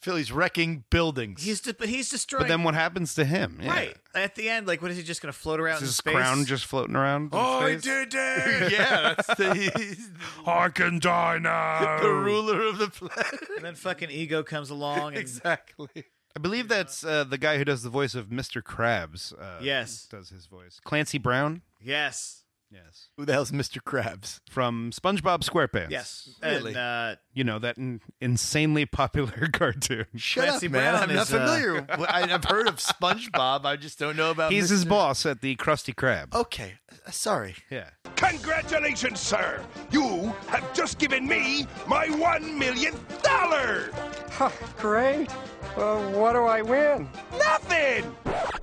Speaker 4: Philly's wrecking buildings.
Speaker 5: he's de- but he's destroying.
Speaker 3: But then what happens to him? Yeah.
Speaker 5: right at the end, like what is he just going to float
Speaker 3: Is
Speaker 5: around in
Speaker 3: his
Speaker 5: space?
Speaker 3: crown just floating around?
Speaker 5: Oh, I
Speaker 3: did
Speaker 4: yeah, that's the, he's
Speaker 3: I can die now.
Speaker 4: [LAUGHS] the ruler of the planet.
Speaker 5: and then fucking ego comes along. And,
Speaker 4: exactly.
Speaker 3: I believe that's uh, the guy who does the voice of Mr. Krabs. Uh,
Speaker 5: Yes.
Speaker 3: Does his voice. Clancy Brown?
Speaker 5: Yes.
Speaker 3: Yes.
Speaker 4: Who the hell's Mr. Krabs?
Speaker 3: From SpongeBob SquarePants.
Speaker 5: Yes.
Speaker 4: Really?
Speaker 5: And, uh,
Speaker 3: You know, that in- insanely [LAUGHS] popular cartoon.
Speaker 4: Shut
Speaker 5: Clancy
Speaker 4: up, man.
Speaker 5: Brown
Speaker 4: I'm not
Speaker 5: is, uh,
Speaker 4: familiar.
Speaker 3: [LAUGHS]
Speaker 4: with- I, I've heard of SpongeBob. I just don't know about
Speaker 3: He's his
Speaker 4: Mr.
Speaker 3: boss at the Krusty Krab.
Speaker 4: Okay. Uh, Sorry.
Speaker 3: Yeah.
Speaker 8: Congratulations, sir! You have just given me my one millionth dollar!
Speaker 9: Great. Uh, what do I win?
Speaker 8: Nothing!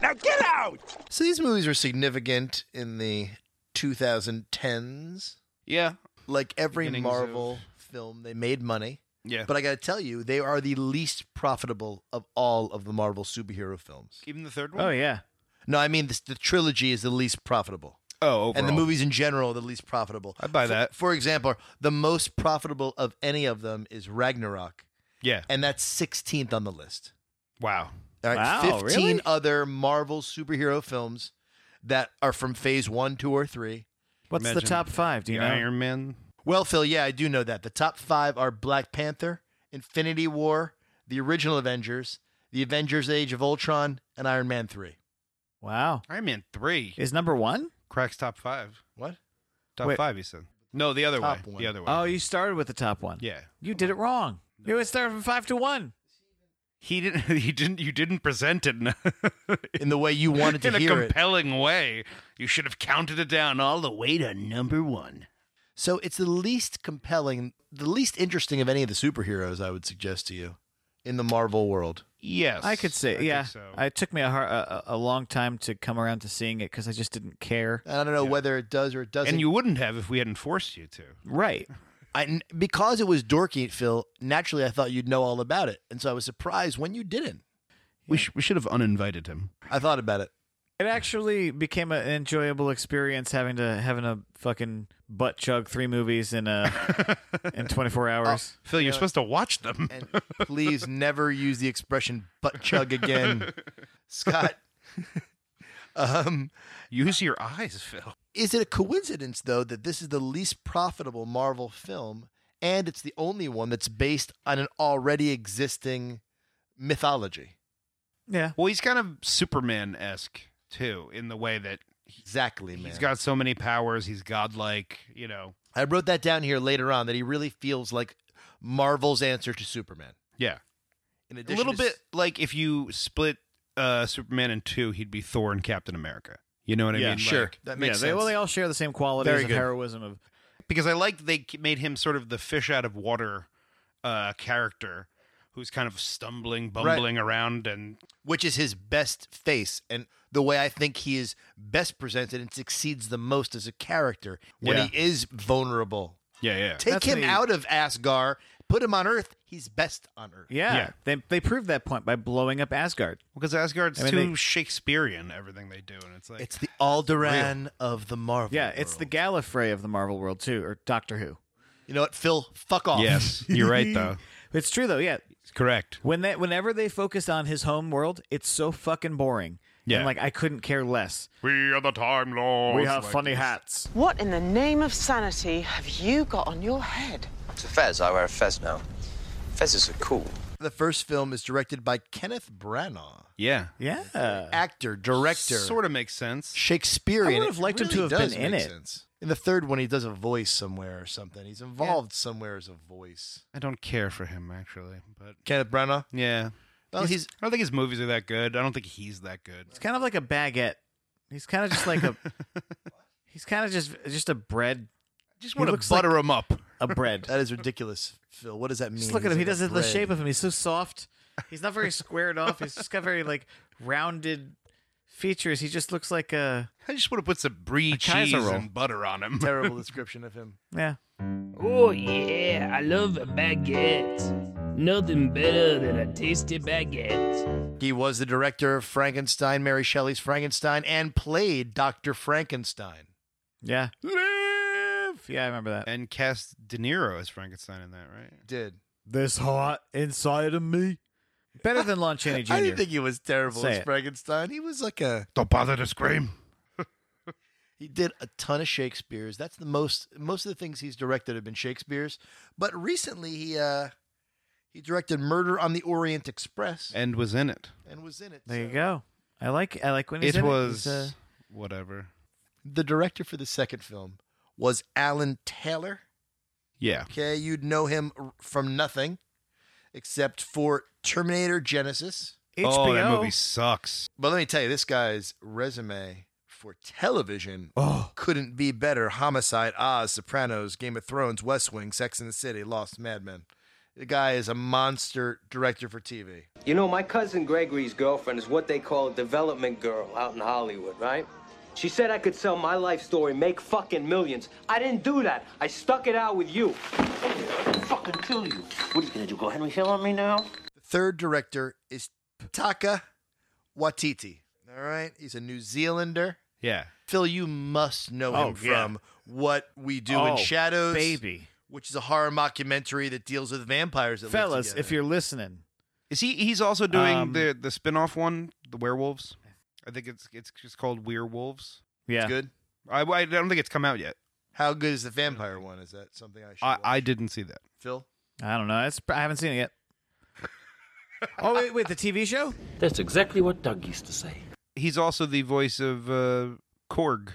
Speaker 8: Now get out!
Speaker 4: So these movies were significant in the 2010s.
Speaker 3: Yeah.
Speaker 4: Like every
Speaker 3: Beginnings
Speaker 4: Marvel
Speaker 3: of-
Speaker 4: film, they made money.
Speaker 3: Yeah.
Speaker 4: But I got to tell you, they are the least profitable of all of the Marvel superhero films.
Speaker 3: even the third one?
Speaker 5: oh yeah.
Speaker 4: No, I mean, this, the trilogy is the least profitable.
Speaker 3: Oh,
Speaker 4: and the
Speaker 3: overall.
Speaker 4: movies in general are the least profitable.
Speaker 3: I'd buy
Speaker 4: for,
Speaker 3: that.
Speaker 4: For example, the most profitable of any of them is Ragnarok,
Speaker 3: Yeah.
Speaker 4: and that's 16th on the list.
Speaker 3: Wow.
Speaker 4: All right,
Speaker 5: Wow,
Speaker 4: 15
Speaker 5: really?
Speaker 4: other Marvel superhero films that are from phase one, two, or three.
Speaker 5: What's the
Speaker 3: Imagine
Speaker 5: top five? Do you
Speaker 3: the
Speaker 5: know?
Speaker 3: Iron Man.
Speaker 4: Well, Phil, yeah, I do know that. The top five are Black Panther, Infinity War, the original Avengers, the Avengers Age of Ultron, and Iron Man 3.
Speaker 5: Wow.
Speaker 3: Iron Man 3
Speaker 5: Is number one?
Speaker 3: cracks top five.
Speaker 4: What?
Speaker 3: Top
Speaker 5: Wait.
Speaker 3: five, he said. No, the other
Speaker 4: Top
Speaker 3: way.
Speaker 4: one.
Speaker 3: The other way.
Speaker 5: Oh, you started with the top one.
Speaker 3: yeah.
Speaker 5: You did it wrong. You would start from five to one.
Speaker 3: He didn't. [LAUGHS] He didn't. You didn't present it [LAUGHS] in a,
Speaker 4: In the
Speaker 3: [LAUGHS]
Speaker 4: way you wanted to
Speaker 3: in a
Speaker 4: hear it.
Speaker 3: compelling way. You should have counted it down all the way to number one.
Speaker 4: So it's the least compelling, the least interesting of any of the superheroes, I would suggest to you in the Marvel world.
Speaker 3: Yes,
Speaker 5: I could say,
Speaker 3: think
Speaker 5: yeah.
Speaker 3: so.
Speaker 5: It took me a, har- a a a long time to come around to seeing it because I just didn't care.
Speaker 4: And I don't know whether it does or it doesn't.
Speaker 3: and you wouldn't have if we hadn't forced you to.
Speaker 5: Right.
Speaker 4: I, because it was dorky, Phil, naturally I thought you'd know all about it. And so I was surprised when you didn't.
Speaker 3: We, sh- we should have uninvited him.
Speaker 4: I thought about it.
Speaker 5: It actually became an enjoyable experience having to having a fucking butt chug three movies in a [LAUGHS] in 24 hours.
Speaker 3: Phil, you're supposed to watch them. [LAUGHS]
Speaker 4: And please never use the expression butt chug again. Scott, um,
Speaker 3: Use your eyes, Phil.
Speaker 4: is it a coincidence, though, that this is the least profitable Marvel film and it's the only one that's based on an already existing mythology?
Speaker 5: Yeah.
Speaker 3: Well, he's kind of Superman esque too, in the way that
Speaker 4: Exactly, man.
Speaker 3: he's got so many powers. He's godlike. You know.
Speaker 4: I wrote that down here later on that he really feels like Marvel's answer to Superman.
Speaker 3: Yeah.
Speaker 4: In
Speaker 3: A
Speaker 4: addition
Speaker 3: little
Speaker 4: to-
Speaker 3: bit like if you split uh, Superman in two, he'd be Thor and Captain America. You know what I
Speaker 5: Yeah,
Speaker 3: mean?
Speaker 4: sure.
Speaker 3: Like-
Speaker 4: that makes
Speaker 5: yeah, They,
Speaker 4: sense.
Speaker 5: well, they all share the same qualities
Speaker 4: Very
Speaker 5: of
Speaker 4: good.
Speaker 5: heroism of
Speaker 3: because I liked they k- made him sort of the fish out of water uh, character who's kind of stumbling, bumbling around, and
Speaker 4: which is his best face and the way I think he is best presented and succeeds the most as a character when
Speaker 3: Yeah.
Speaker 4: he is vulnerable.
Speaker 3: yeah, yeah.
Speaker 4: Take
Speaker 5: That's
Speaker 4: him
Speaker 5: the-
Speaker 4: out of Asgar, put him on Earth, he's best on Earth.
Speaker 5: yeah,
Speaker 3: Yeah.
Speaker 5: They they proved that point by blowing up Asgard.
Speaker 3: Because Asgard's
Speaker 5: I mean,
Speaker 3: too
Speaker 5: they-
Speaker 3: Shakespearean, everything they do, and it's like
Speaker 4: It's the Alderan of the Marvel.
Speaker 5: Yeah, it's the
Speaker 4: world.
Speaker 5: Gallifrey of the Marvel world too, or Doctor Who.
Speaker 4: You know what, Phil? Fuck off.
Speaker 3: yes, you're right though.
Speaker 5: It's true though. Yeah,
Speaker 3: It's correct.
Speaker 5: when they whenever they focus on his home world, it's so fucking boring.
Speaker 3: Yeah.
Speaker 5: and, like I couldn't care less.
Speaker 3: We are the Time Lords. Like-
Speaker 5: hats.
Speaker 10: What in the name of sanity have you got on your head?
Speaker 11: It's a fez. I wear a fez now. Fezzes are cool.
Speaker 4: [LAUGHS] The first film is directed by Kenneth Branagh,
Speaker 3: Yeah,
Speaker 5: Yeah,
Speaker 4: actor, director,
Speaker 3: sort of makes sense.
Speaker 4: Shakespearean.
Speaker 5: Uh, I would have
Speaker 4: It
Speaker 5: liked him to
Speaker 4: really
Speaker 5: have
Speaker 4: does
Speaker 5: been in
Speaker 4: make
Speaker 5: it.
Speaker 4: sense. In the third one, he does a voice somewhere or something. He's involved somewhere as a voice.
Speaker 3: I don't care for him actually, but
Speaker 4: Kenneth Branagh.
Speaker 3: yeah.
Speaker 4: Well, he's
Speaker 3: I don't think his movies are that good. I don't think he's that good.
Speaker 5: it's kind of like a baguette. He's kind of just like a. [LAUGHS] he's kind of just just a bread,
Speaker 3: [LAUGHS] Just
Speaker 5: He
Speaker 3: want
Speaker 5: looks
Speaker 3: to butter him up.
Speaker 4: [LAUGHS]
Speaker 5: a bread.
Speaker 4: That is ridiculous, Phil. What does that mean?
Speaker 5: just look at him. He
Speaker 4: He's
Speaker 5: does
Speaker 4: like
Speaker 5: it,
Speaker 4: a
Speaker 5: the
Speaker 4: bread.
Speaker 5: shape of him. He's so soft. He's not very squared off. He's just got very like rounded features. He just looks like a
Speaker 3: I just want to put some brie cheese
Speaker 5: Kaiser roll.
Speaker 3: and butter on
Speaker 4: [LAUGHS]
Speaker 3: him. [LAUGHS]
Speaker 4: Terrible description of him.
Speaker 5: yeah.
Speaker 10: Oh, yeah, I love a baguette. Nothing better than a tasty baguette.
Speaker 4: He was the director of Frankenstein, Mary Shelley's Frankenstein, and played Dr. Frankenstein.
Speaker 5: Yeah. Live. Yeah, I remember that.
Speaker 3: and cast De Niro as Frankenstein in that, right?
Speaker 4: Did.
Speaker 5: This heart inside of me. Better than Lon [LAUGHS] Chaney Jr.
Speaker 4: I didn't think he was terrible
Speaker 5: Say
Speaker 4: as
Speaker 5: it.
Speaker 4: Frankenstein. He was like a
Speaker 3: Don't bother to scream.
Speaker 4: he did a ton of Shakespeare's. That's the most most of the things he's directed have been Shakespeare's. But recently he uh he directed Murder on the Orient Express and,
Speaker 3: And was in it.
Speaker 4: was in it.
Speaker 5: there you
Speaker 4: So
Speaker 5: go. I like I like when he's
Speaker 3: it
Speaker 5: in
Speaker 3: was
Speaker 5: He's, uh,
Speaker 3: whatever.
Speaker 4: The director for the second film was Alan Taylor.
Speaker 3: Yeah.
Speaker 4: Okay, you'd know him r- from nothing except for Terminator Genesis.
Speaker 5: HBO.
Speaker 3: Oh, that movie sucks.
Speaker 4: But let me tell you, this guy's resume for
Speaker 5: [GASPS]
Speaker 4: television
Speaker 5: Oh.
Speaker 4: couldn't be better. Homicide, Oz, Sopranos, Game of Thrones, West Wing, Sex and the City, Lost, Mad Men. The guy is a monster director for TV.
Speaker 11: You know, my cousin Gregory's girlfriend is what they call a development girl out in Hollywood, right? She said I could sell my life story, make fucking millions. I didn't do that. I stuck it out with you.
Speaker 10: Fucking kill you. What are you gonna do? Go Henry Hill on me now?
Speaker 4: The third director is Taka Watiti. All right, he's a New Zealander.
Speaker 3: Yeah.
Speaker 4: Phil, you must know him
Speaker 5: Oh, yeah.
Speaker 4: from What We Do
Speaker 5: oh,
Speaker 4: in Shadows.
Speaker 5: baby.
Speaker 4: which is a horror mockumentary that deals with vampires. That live
Speaker 5: Fellas,
Speaker 4: together.
Speaker 5: if you're listening,
Speaker 3: Is he he's also doing
Speaker 5: Um,
Speaker 3: the the spin-off one, The Werewolves? I think it's it's just called Werewolves.
Speaker 5: yeah,
Speaker 4: It's good,
Speaker 3: I, I don't think it's come out yet.
Speaker 4: how good is the vampire one? Is that something I should?
Speaker 3: I,
Speaker 4: watch?
Speaker 3: I didn't see that.
Speaker 4: Phil,
Speaker 5: I don't know. It's, I haven't seen it
Speaker 3: [LAUGHS]
Speaker 5: yet. oh wait, wait, the TV show?
Speaker 10: That's exactly what Doug used to say.
Speaker 3: He's also the voice of uh, Korg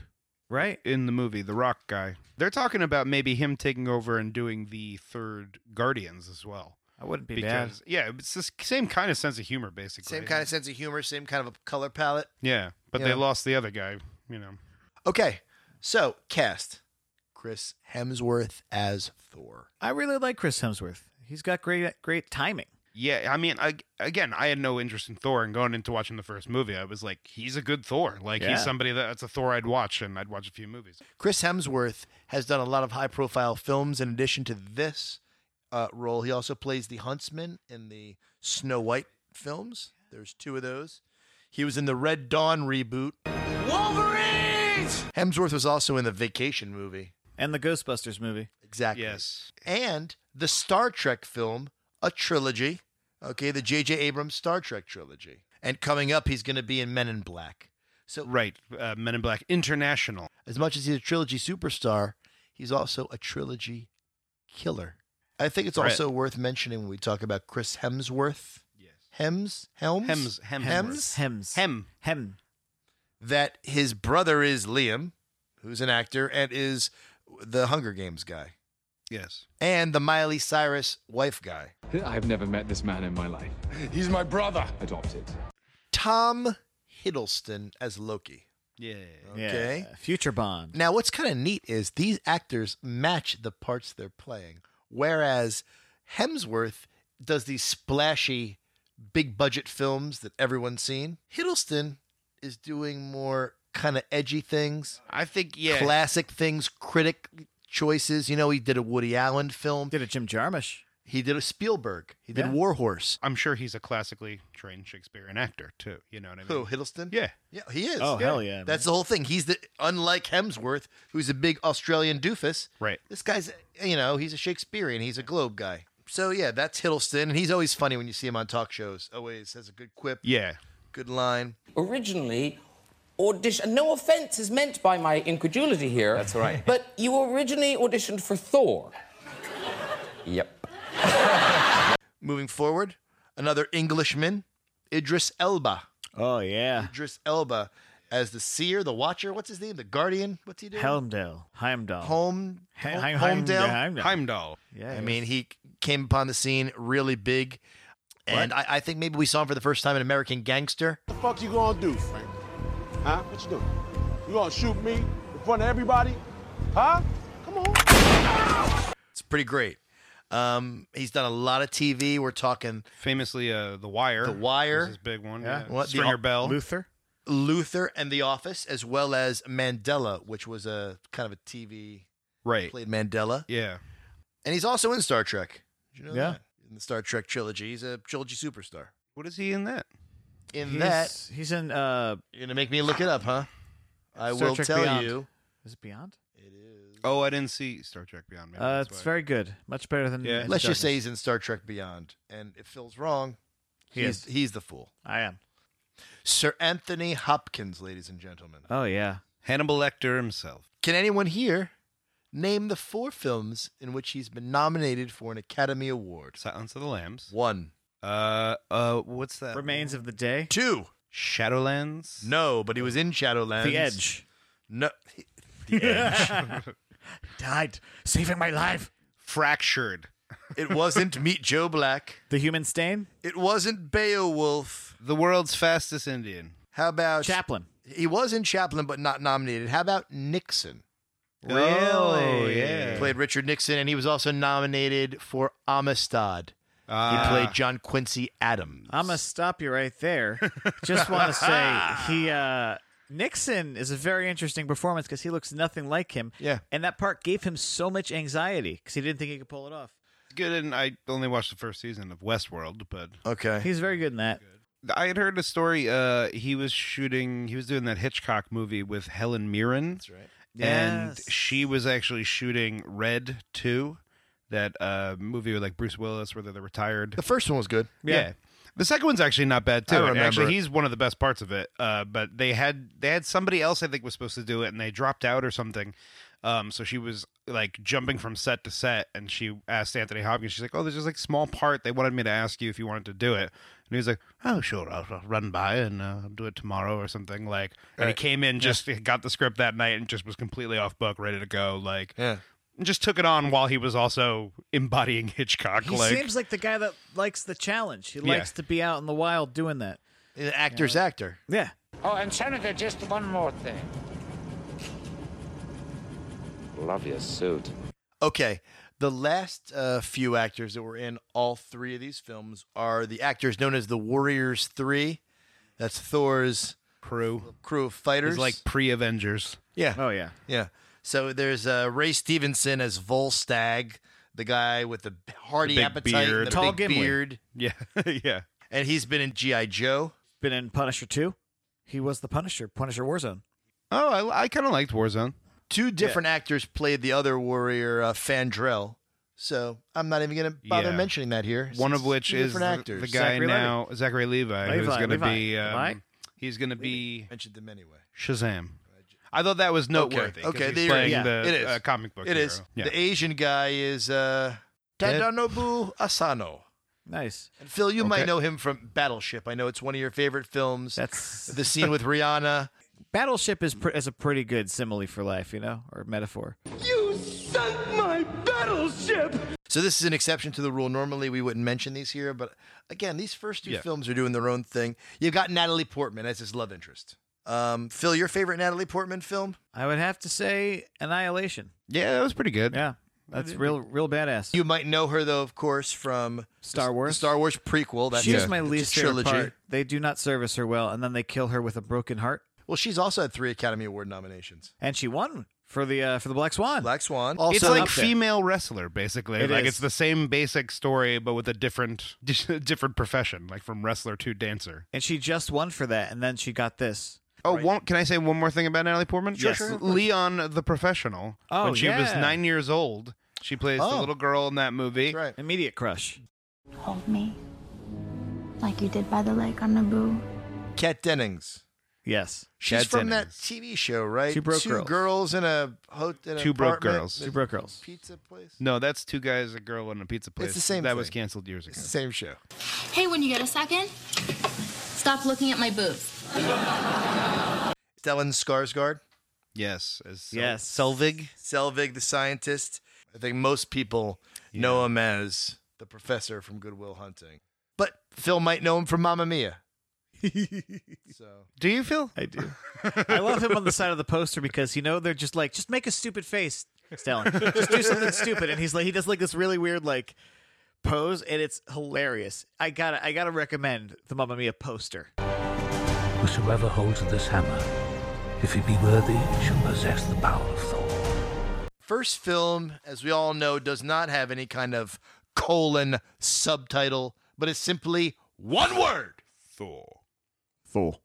Speaker 5: Right?
Speaker 3: in the movie, the rock guy. They're talking about maybe him taking over and doing the third Guardians as well.
Speaker 5: I wouldn't be bad.
Speaker 3: because yeah, it's the s- same kind of sense of humor basically.
Speaker 4: same kind of sense of humor, same kind of a color palette.
Speaker 3: Yeah, but
Speaker 4: Yeah.
Speaker 3: they lost the other guy, you know.
Speaker 4: Okay, so cast: Chris Hemsworth as Thor.
Speaker 5: I really like Chris Hemsworth. He's got great great timing.
Speaker 3: Yeah, I mean, I, again, I had no interest in Thor, and going into watching the first movie, I was like, he's a good Thor. Like
Speaker 5: Yeah.
Speaker 3: he's somebody that- that's a Thor I'd watch, and I'd watch a few movies.
Speaker 4: Chris Hemsworth has done a lot of high profile films in addition to this uh, role. He also plays the Huntsman in the Snow White films. There's two of those. He was in the Red Dawn reboot. Wolverines! Hemsworth was also in the Vacation movie.
Speaker 5: And the Ghostbusters movie.
Speaker 4: Exactly. Yes. And the Star Trek film, a trilogy. Okay, the J.J. Abrams Star Trek trilogy. And coming up, he's going to be in Men in Black. So
Speaker 3: right, uh, Men in Black International.
Speaker 4: As much as he's a trilogy superstar, he's also a trilogy killer. I think it's
Speaker 3: Right.
Speaker 4: also worth mentioning when we talk about Chris Hemsworth. Yes. Hems? Helms?
Speaker 3: Hems, Hems,
Speaker 4: Hems?
Speaker 5: Hems.
Speaker 3: Hem.
Speaker 5: Hem.
Speaker 4: That his brother is Liam, who's an actor and is the Hunger Games guy.
Speaker 3: Yes.
Speaker 4: And the Miley Cyrus wife guy.
Speaker 12: I've never met this man in my life. He's my brother. Adopted.
Speaker 4: Tom Hiddleston as Loki.
Speaker 3: Yeah.
Speaker 4: Okay.
Speaker 5: Yeah. Future Bond.
Speaker 4: Now, what's kind of neat is these actors match the parts they're playing, whereas Hemsworth does these splashy, big budget films that everyone's seen. Hiddleston is doing more kind of edgy things.
Speaker 3: I think yeah.
Speaker 4: Classic things, critic choices. You know, he did a Woody Allen film.
Speaker 5: Did a Jim Jarmusch.
Speaker 4: He did a Spielberg. He did
Speaker 5: Yeah.
Speaker 4: Warhorse.
Speaker 3: I'm sure he's a classically trained Shakespearean actor too. You know what I mean?
Speaker 4: Who, Hiddleston?
Speaker 3: Yeah.
Speaker 4: Yeah, he is.
Speaker 5: Oh, hell yeah,
Speaker 4: That's the whole thing. He's the unlike Hemsworth, who's a big Australian doofus.
Speaker 3: Right.
Speaker 4: This guy's, you know, he's a Shakespearean. He's a globe guy. So yeah, that's Hiddleston, and he's always funny when you see him on talk shows. Always has a good quip.
Speaker 3: Yeah.
Speaker 4: Good line.
Speaker 13: Originally, audition. No offense is meant by my incredulity here. That's right. [LAUGHS] But you originally auditioned for Thor. Yep.
Speaker 4: Moving forward, another Englishman, Idris Elba.
Speaker 5: Oh yeah.
Speaker 4: Idris Elba as the seer, the watcher. What's his name? The guardian. What's he doing?
Speaker 5: Helmdale. Heimdall.
Speaker 4: Home.
Speaker 5: He-
Speaker 4: Home-
Speaker 5: Heim-
Speaker 4: Homedale?
Speaker 5: Heimdall.
Speaker 3: Heimdall.
Speaker 5: Yeah.
Speaker 4: I mean, he came upon the scene really big, and I, I think maybe we saw him for the first time in American Gangster.
Speaker 14: What the fuck you gonna do, Frank? Huh? What you doing? You gonna shoot me in front of everybody? Huh? Come on.
Speaker 4: It's pretty great. Um, he's done a lot of TV. We're talking
Speaker 3: Famously, uh, The Wire.
Speaker 4: The
Speaker 3: was
Speaker 4: Wire,
Speaker 3: his big one.
Speaker 4: Yeah.
Speaker 3: Yeah.
Speaker 4: What, the-
Speaker 3: Stringer Bell.
Speaker 5: Luther.
Speaker 4: Luther, and The Office, as well as Mandela, which was a kind of a TV
Speaker 3: Right.
Speaker 4: played Mandela,
Speaker 3: Yeah.
Speaker 4: and he's also in Star Trek. Did you know
Speaker 5: Yeah.
Speaker 4: that? In the Star Trek trilogy, he's a trilogy superstar.
Speaker 3: What is he in that?
Speaker 4: In
Speaker 5: He's-
Speaker 4: that,
Speaker 5: he's in uh
Speaker 4: you're gonna make me look it up, huh? I
Speaker 5: Star
Speaker 4: will
Speaker 5: Trek
Speaker 4: tell
Speaker 5: Beyond.
Speaker 4: you.
Speaker 5: Is it Beyond?
Speaker 3: Oh, I didn't see Star Trek Beyond. Maybe
Speaker 5: Uh,
Speaker 3: that's
Speaker 5: it's
Speaker 3: why.
Speaker 5: very good. Much better than.
Speaker 3: Yeah.
Speaker 5: Into
Speaker 4: Let's just
Speaker 5: Darkness.
Speaker 4: say he's in Star Trek Beyond, and if Phil's wrong,
Speaker 5: He
Speaker 4: he's
Speaker 5: is.
Speaker 4: he's the fool.
Speaker 5: I am.
Speaker 4: Sir Anthony Hopkins, ladies and gentlemen.
Speaker 5: Oh yeah.
Speaker 3: Hannibal Lecter himself.
Speaker 4: Can anyone here name the four films in which he's been nominated for an Academy Award?
Speaker 3: Silence of the Lambs.
Speaker 4: One,
Speaker 3: Uh, uh, what's that?
Speaker 5: Remains of the Day.
Speaker 4: two.
Speaker 3: Shadowlands.
Speaker 4: No, but he was in Shadowlands.
Speaker 5: The Edge.
Speaker 4: No, the Edge.
Speaker 5: [LAUGHS] Died saving my life.
Speaker 3: Fractured.
Speaker 4: it wasn't Meet Joe Black.
Speaker 5: The Human Stain.
Speaker 4: It wasn't Beowulf.
Speaker 3: The world's fastest Indian.
Speaker 4: How about
Speaker 5: Chaplin.
Speaker 4: He was in Chaplin, but not nominated. How about Nixon?
Speaker 3: Really? yeah.
Speaker 4: Played Richard Nixon, and he was also nominated for Amistad. He
Speaker 3: Ah.
Speaker 4: played John Quincy Adams.
Speaker 5: I'm gonna stop you right there. Just want to say he uh, Nixon is a very interesting performance because he looks nothing like him.
Speaker 4: Yeah.
Speaker 5: and that part gave him so much anxiety because he didn't think he could pull it off.
Speaker 3: good, and I only watched the first season of Westworld, but
Speaker 4: Okay.
Speaker 5: He's very good in that.
Speaker 3: I had heard a story. Uh, he was shooting. He was doing that Hitchcock movie with Helen Mirren. That's right. And
Speaker 5: Yes.
Speaker 3: she was actually shooting Red Two, that uh movie with like Bruce Willis, where they're the retired.
Speaker 4: the first one was good.
Speaker 3: Yeah. The second one's actually not bad too.
Speaker 4: I remember
Speaker 3: actually,
Speaker 4: it.
Speaker 3: he's one of the best parts of it. Uh, but they had they had somebody else I think was supposed to do it, and they dropped out or something. Um, so she was like jumping from set to set, and she asked Anthony Hopkins. She's like, "Oh, there's just like small part they wanted me to ask you if you wanted to do it." And he was like, "Oh, sure, I'll, I'll run by and uh, I'll do it tomorrow or something." Like, and
Speaker 4: Uh,
Speaker 3: he came in just got the script that night and just was completely off book, ready to go. Like,
Speaker 4: Yeah.
Speaker 3: and just took it on while he was also [LAUGHS] embodying Hitchcock.
Speaker 5: He
Speaker 3: like,
Speaker 5: seems like the guy that likes the challenge. He
Speaker 3: Yeah.
Speaker 5: likes to be out in the wild doing that.
Speaker 4: An Uh, actor's actor.
Speaker 5: Yeah.
Speaker 15: Oh, and Senator, just one more thing. Love your suit.
Speaker 4: Okay. The last uh, few actors that were in all three of these films are the actors known as the Warriors Three. That's Thor's
Speaker 3: crew,
Speaker 4: crew of fighters.
Speaker 3: It's like pre
Speaker 5: [LAUGHS]
Speaker 3: Avengers.
Speaker 4: Yeah.
Speaker 5: Oh yeah.
Speaker 4: Yeah. So there's uh, Ray Stevenson as Volstagg, the guy with the hearty
Speaker 3: The big
Speaker 4: appetite,
Speaker 3: beard.
Speaker 4: And the
Speaker 3: Tall
Speaker 4: big
Speaker 3: Gimli.
Speaker 4: beard.
Speaker 3: Yeah.
Speaker 5: [LAUGHS]
Speaker 3: yeah.
Speaker 4: And he's been in G.I. Joe.
Speaker 5: Been in Punisher 2. He was the Punisher, Punisher Warzone.
Speaker 3: Oh, I, I kind of liked Warzone.
Speaker 4: Two different actors played the other warrior, uh, Fandrell. So I'm not even going to bother
Speaker 3: Yeah.
Speaker 4: mentioning that here.
Speaker 3: One
Speaker 4: since
Speaker 3: of which
Speaker 4: two
Speaker 3: is
Speaker 4: different
Speaker 3: the,
Speaker 4: actors.
Speaker 3: the guy now, Zachary Levi, who's
Speaker 5: Levi,
Speaker 3: going to
Speaker 5: Levi,
Speaker 3: be.
Speaker 5: Levi?
Speaker 3: Um, he's going to be
Speaker 4: mentioned them anyway.
Speaker 3: Shazam. I thought that was noteworthy. 'cause
Speaker 4: Okay,
Speaker 3: he's
Speaker 4: there-
Speaker 3: playing
Speaker 4: yeah,
Speaker 3: the
Speaker 4: it is.
Speaker 3: Uh, comic book.
Speaker 4: It is.
Speaker 3: hero. Yeah.
Speaker 4: The Asian guy is uh,
Speaker 3: Ted-
Speaker 4: Tadanobu Asano.
Speaker 5: Nice.
Speaker 4: And Phil, you might
Speaker 5: Okay.
Speaker 4: know him from Battleship. I know it's one of your favorite films.
Speaker 5: That's
Speaker 4: the scene with Rihanna.
Speaker 5: Battleship is pr- is a pretty good simile for life, you know, or metaphor.
Speaker 7: You sunk my battleship!
Speaker 4: So this is an exception to the rule. Normally we wouldn't mention these here, but again, these first two
Speaker 3: Yeah.
Speaker 4: films are doing their own thing. You've got Natalie Portman as his love interest. Um, Phil, your favorite Natalie Portman film?
Speaker 5: I would have to say Annihilation.
Speaker 3: Yeah, that was pretty good.
Speaker 5: Yeah, that's real, real badass.
Speaker 4: You might know her though, of course, from
Speaker 5: Star Wars.
Speaker 4: Star Wars prequel. That's
Speaker 5: She was
Speaker 4: a-
Speaker 5: my
Speaker 4: it's a
Speaker 5: least favorite
Speaker 4: trilogy.
Speaker 5: part. They do not service her well, and then they kill her with a broken heart.
Speaker 4: Well, she's also had three Academy Award nominations.
Speaker 5: And she won for the uh, for the Black Swan.
Speaker 4: Black Swan.
Speaker 3: it's like female wrestler, basically.
Speaker 5: It
Speaker 3: like
Speaker 5: is.
Speaker 3: it's the same basic story, but with a different [LAUGHS] different profession, like from wrestler to dancer.
Speaker 5: And she just won for that, and then she got this.
Speaker 3: Oh, one, can I say one more thing about Natalie Portman?
Speaker 5: Sure, Yes. sure, of course.
Speaker 3: Leon the Professional.
Speaker 5: Oh,
Speaker 3: when she was
Speaker 5: yeah.
Speaker 3: nine years old, she plays the
Speaker 5: Oh.
Speaker 3: little girl in that movie.
Speaker 4: right.
Speaker 5: Immediate crush.
Speaker 16: Hold me. Like you did by the lake on Naboo.
Speaker 4: Kat Dennings.
Speaker 5: Yes.
Speaker 4: She's
Speaker 5: Kat
Speaker 4: from
Speaker 5: Dennings.
Speaker 4: that TV show, right?
Speaker 5: Two Broke Girls.
Speaker 4: in a hotel.
Speaker 3: Two Broke Girls. Two
Speaker 5: Broke Girls.
Speaker 4: Pizza place.
Speaker 3: No, that's two guys, a girl, and a pizza place.
Speaker 4: the same
Speaker 3: That
Speaker 4: thing.
Speaker 3: was canceled years ago. It's
Speaker 4: the same show.
Speaker 17: Hey, when you get a second, stop looking at my boobs.
Speaker 4: Stellan Skarsgård.
Speaker 3: Yes. As Sel-
Speaker 5: yes.
Speaker 3: Selvig.
Speaker 4: Selvig, the scientist. I think most people know him as the professor from Goodwill Hunting. But Phil might know him from Mamma
Speaker 3: [LAUGHS]
Speaker 4: Mia.
Speaker 3: Do you, Phil?
Speaker 5: I do. I love him on the side of the poster because you know they're just like, just make a stupid face, Stellan. Just do something stupid, and he's like, he does like this really weird like pose, and it's hilarious. I gotta, I gotta recommend the Mamma Mia poster.
Speaker 18: Whosoever holds this hammer, if he be worthy, shall possess the power of Thor.
Speaker 4: First film, as we all know, does not have any kind of colon subtitle, but is simply one word
Speaker 3: Thor.
Speaker 5: Thor.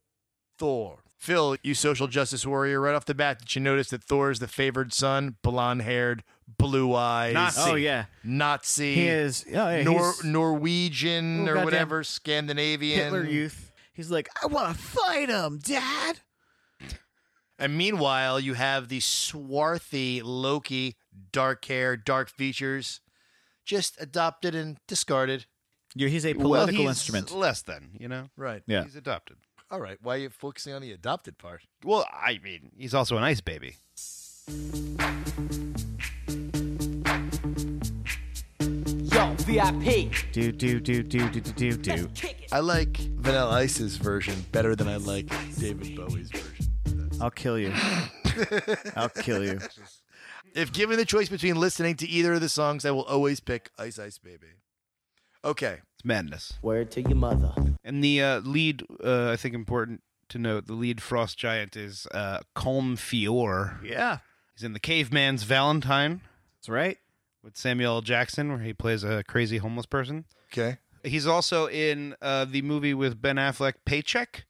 Speaker 4: Thor. Phil, you social justice warrior, right off the bat, did you notice that Thor is the favored son, blonde haired, blue eyes?
Speaker 5: Nazi. Oh, yeah.
Speaker 4: Nazi.
Speaker 5: He is- oh, yeah,
Speaker 4: Nor-
Speaker 5: he's-
Speaker 4: Norwegian
Speaker 5: Oh,
Speaker 4: or
Speaker 5: goddamn
Speaker 4: whatever, Scandinavian.
Speaker 5: Hitler Youth. He's like, I want to fight him, Dad.
Speaker 4: And meanwhile, you have the swarthy Loki, dark hair, dark features, just adopted and discarded.
Speaker 5: Yeah, he's a
Speaker 3: Well,
Speaker 5: political
Speaker 3: he's
Speaker 5: instrument.
Speaker 3: Less than, you know?
Speaker 4: Right.
Speaker 5: Yeah.
Speaker 3: He's adopted.
Speaker 4: All right. Why are you focusing on the adopted part?
Speaker 3: Well, I mean, he's also an ice baby.
Speaker 7: Yo, VIP.
Speaker 5: Do do do do do do do do.
Speaker 4: I like Vanilla Ice's version better than I like David Bowie's version.
Speaker 5: I'll kill
Speaker 3: [LAUGHS]
Speaker 5: you. I'll kill you.
Speaker 4: If given the choice between listening to either of the songs, I will always pick Ice Ice Baby. Okay.
Speaker 3: It's madness.
Speaker 7: Word to your mother.
Speaker 3: And the uh, lead, uh, I think important to note, the lead frost giant is uh, Colm Feore.
Speaker 5: Yeah.
Speaker 3: He's in The Caveman's Valentine.
Speaker 5: That's right.
Speaker 3: With Samuel L. Jackson, where he plays a crazy homeless person.
Speaker 4: Okay.
Speaker 3: He's also in uh, the movie with Ben Affleck, Paycheck.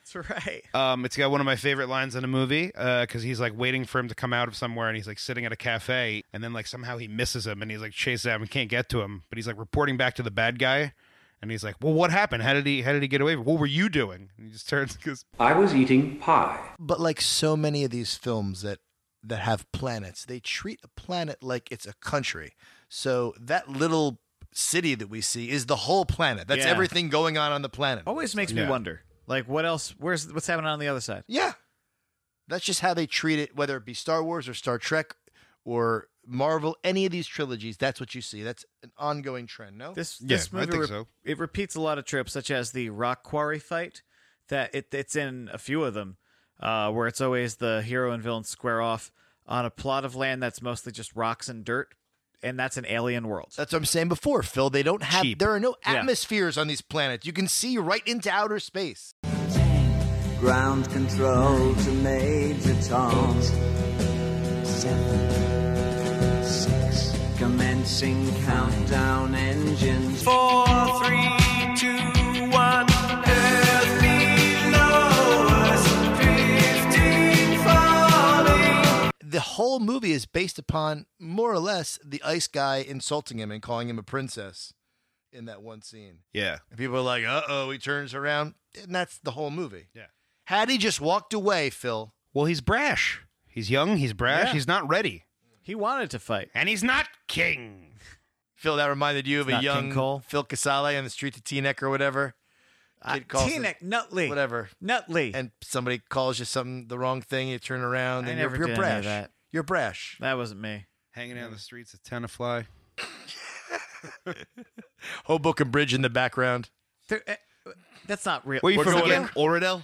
Speaker 5: That's right.
Speaker 3: Um, it's got one of my favorite lines in the movie because he's like waiting for him to come out of somewhere, and he's like sitting at a cafe, and then like somehow he misses him, and he's like chases at him and can't get to him, but he's like reporting back to the bad guy, and he's like, "Well, what happened? How did he? How did he get away? What were you doing?" And he just turns because
Speaker 15: I was eating pie.
Speaker 4: But like so many of these films that that have planets, they treat a planet like it's a country. So that little city that we see is the whole planet. That's
Speaker 5: Yeah.
Speaker 4: everything going on on the planet.
Speaker 5: Always makes me
Speaker 4: Yeah.
Speaker 5: wonder, like, what else? Where's what's happening on the other side?
Speaker 4: Yeah. That's just how they treat it, whether it be Star Wars or Star Trek or Marvel, any of these trilogies, that's what you see. That's an ongoing trend, no?
Speaker 5: This this movie re- it repeats a lot of tropes, such as the rock quarry fight that it it's in a few of them, uh, where it's always the hero and villain square off. on a plot of land that's mostly just rocks and dirt, and that's an alien world.
Speaker 4: That's what I'm saying before, Phil. They don't have.
Speaker 5: Cheap.
Speaker 4: There are no
Speaker 5: Yeah.
Speaker 4: atmospheres on these planets. You can see right into outer space.
Speaker 19: Ground control to Major Tom. Seven, six. Commencing countdown engines. Four, three, two, one. Earth below us, drifting, falling.
Speaker 4: The whole movie is based upon more or less the ice guy insulting him and calling him a princess in that one scene.
Speaker 3: Yeah.
Speaker 4: And people are like, "Uh oh," he turns around, and that's the whole movie.
Speaker 3: Yeah.
Speaker 4: Had he just walked away, Phil.
Speaker 3: Well, he's brash. He's young, he's brash,
Speaker 4: Yeah.
Speaker 3: he's not ready.
Speaker 5: He wanted to fight.
Speaker 3: And he's not king.
Speaker 4: Phil, that reminded you of
Speaker 5: It's
Speaker 4: a
Speaker 5: not
Speaker 4: young
Speaker 5: King Cole.
Speaker 4: Phil Casale on the street to Teaneck or whatever. Kid calls him-
Speaker 5: Teaneck, Nutley.
Speaker 4: whatever.
Speaker 5: Nutley.
Speaker 4: And somebody calls you something, the wrong thing, you turn around,
Speaker 5: I
Speaker 4: and
Speaker 5: never
Speaker 4: you're, you're
Speaker 5: did any
Speaker 4: brash.
Speaker 5: of that.
Speaker 4: You're brash.
Speaker 5: That wasn't me.
Speaker 3: Hanging out on the streets of Town of Fly.
Speaker 4: Hoboken Bridge in the background.
Speaker 5: There- eh, that's not real.
Speaker 4: Where you We're from going again? in Oradell?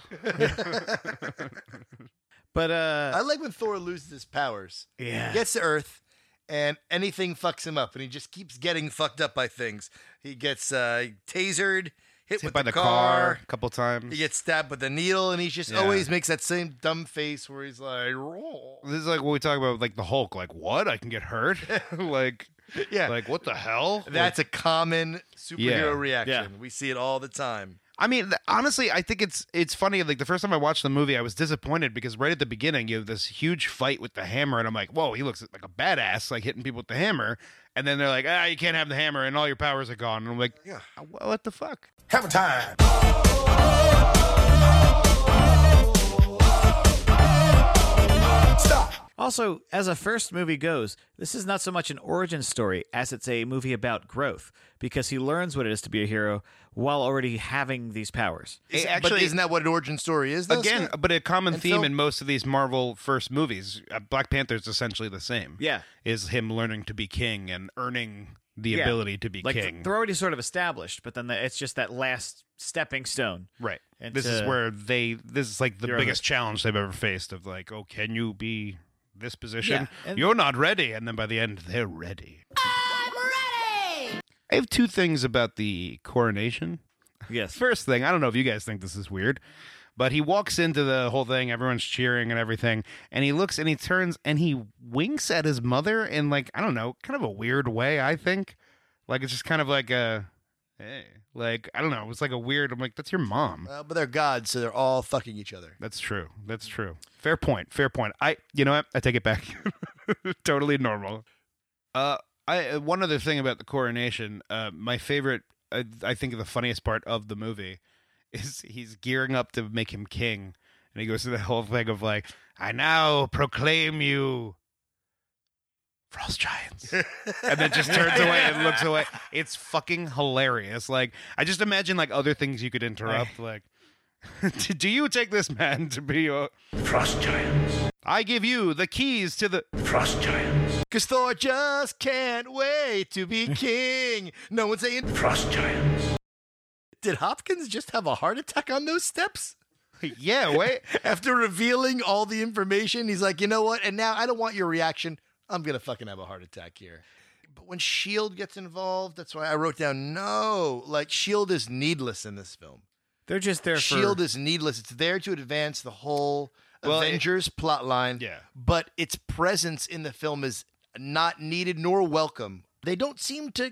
Speaker 5: but uh,
Speaker 4: I like when Thor loses his powers.
Speaker 5: Yeah.
Speaker 4: He gets to Earth, and anything fucks him up, and he just keeps getting fucked up by things. He gets uh, tasered, hit, with
Speaker 3: Hit by the car, a couple
Speaker 4: He
Speaker 3: times.
Speaker 4: gets stabbed with a needle, and he just
Speaker 3: Yeah.
Speaker 4: always makes that same dumb face where he's like, "Roar."
Speaker 3: This is like what we talk about, like the Hulk. Like, what? I can get hurt? [LAUGHS] like,
Speaker 4: yeah.
Speaker 3: Like, what the hell?
Speaker 4: That's
Speaker 3: Like-
Speaker 4: a common superhero
Speaker 3: Yeah.
Speaker 4: reaction. We see it all the time.
Speaker 3: I mean, th- honestly, I think it's it's funny. Like the first time I watched the movie, I was disappointed because right at the beginning, you have this huge fight with the hammer, and I'm like, "Whoa, he looks like a badass, like hitting people with the hammer." And then they're like, "Ah, you can't have the hammer, and all your powers are gone." And I'm like, "Yeah, what the fuck?"
Speaker 8: Have a time.
Speaker 5: Also, as a first movie goes, this is not so much an origin story as it's a movie about growth because he learns what it is to be a hero while already having these powers.
Speaker 4: Is- but isn't that what an origin story is? Though,
Speaker 3: Again,
Speaker 4: Scott?
Speaker 3: but a common
Speaker 4: And
Speaker 3: theme
Speaker 4: so-
Speaker 3: in most of these Marvel first movies, uh, Black Panther's essentially the same.
Speaker 5: Yeah.
Speaker 3: is him learning to be king and earning the
Speaker 5: Yeah.
Speaker 3: ability to be
Speaker 5: like, th-
Speaker 3: king.
Speaker 5: They're already sort of established, but then the, it's just that last stepping stone.
Speaker 3: Right.
Speaker 5: And
Speaker 3: this is
Speaker 5: to-
Speaker 3: where they this is like the
Speaker 5: You're
Speaker 3: biggest
Speaker 5: right.
Speaker 3: challenge they've ever faced of like, oh, can you be this position?
Speaker 5: and-
Speaker 3: You're not ready, and then by the end they're ready. I'm ready. I have two things about the coronation.
Speaker 5: Yes.
Speaker 3: First thing, I don't know if you guys think this is weird, but he walks into the whole thing, everyone's cheering and everything, and he looks and he turns and he winks at his mother in like, I don't know, kind of a weird way, I think. Like it's just kind of like a hey. Like, I don't know, it was like a weird I'm like, that's your mom.
Speaker 4: Uh, but they're gods, so they're all fucking each other.
Speaker 3: That's true. That's true. Fair point. Fair point. I you know what? I take it back. [LAUGHS] totally normal. Uh I uh, one other thing about the coronation, uh my favorite I, I think the funniest part of the movie [LAUGHS] is he's gearing up to make him king and he goes through the whole thing of like, I now proclaim you Frost Giants. and then just [LAUGHS] turns away and looks away. It's fucking hilarious. Like I just imagine like other things you could interrupt. Like, [LAUGHS] do you take this man to be your frost giants? I give you the keys to the [LAUGHS] frost giants.
Speaker 4: Cause Thor just can't wait to
Speaker 3: [LAUGHS]
Speaker 4: be king. No one's saying frost giants. Did Hopkins just have a heart attack on those steps?
Speaker 3: yeah, wait.
Speaker 4: After revealing all the information, he's like, you know what? And now I don't want your reaction. I'm gonna fucking have a heart attack here. But when Shield E gets involved, that's why I wrote down no. Like Shield E is needless in this film.
Speaker 5: They're just there
Speaker 3: E
Speaker 4: Shield
Speaker 5: for.
Speaker 4: E is needless. It's there to advance the whole
Speaker 3: Well, it-
Speaker 4: Avengers plot line.
Speaker 3: Yeah.
Speaker 4: But its presence in the film is not needed nor welcome. They don't seem to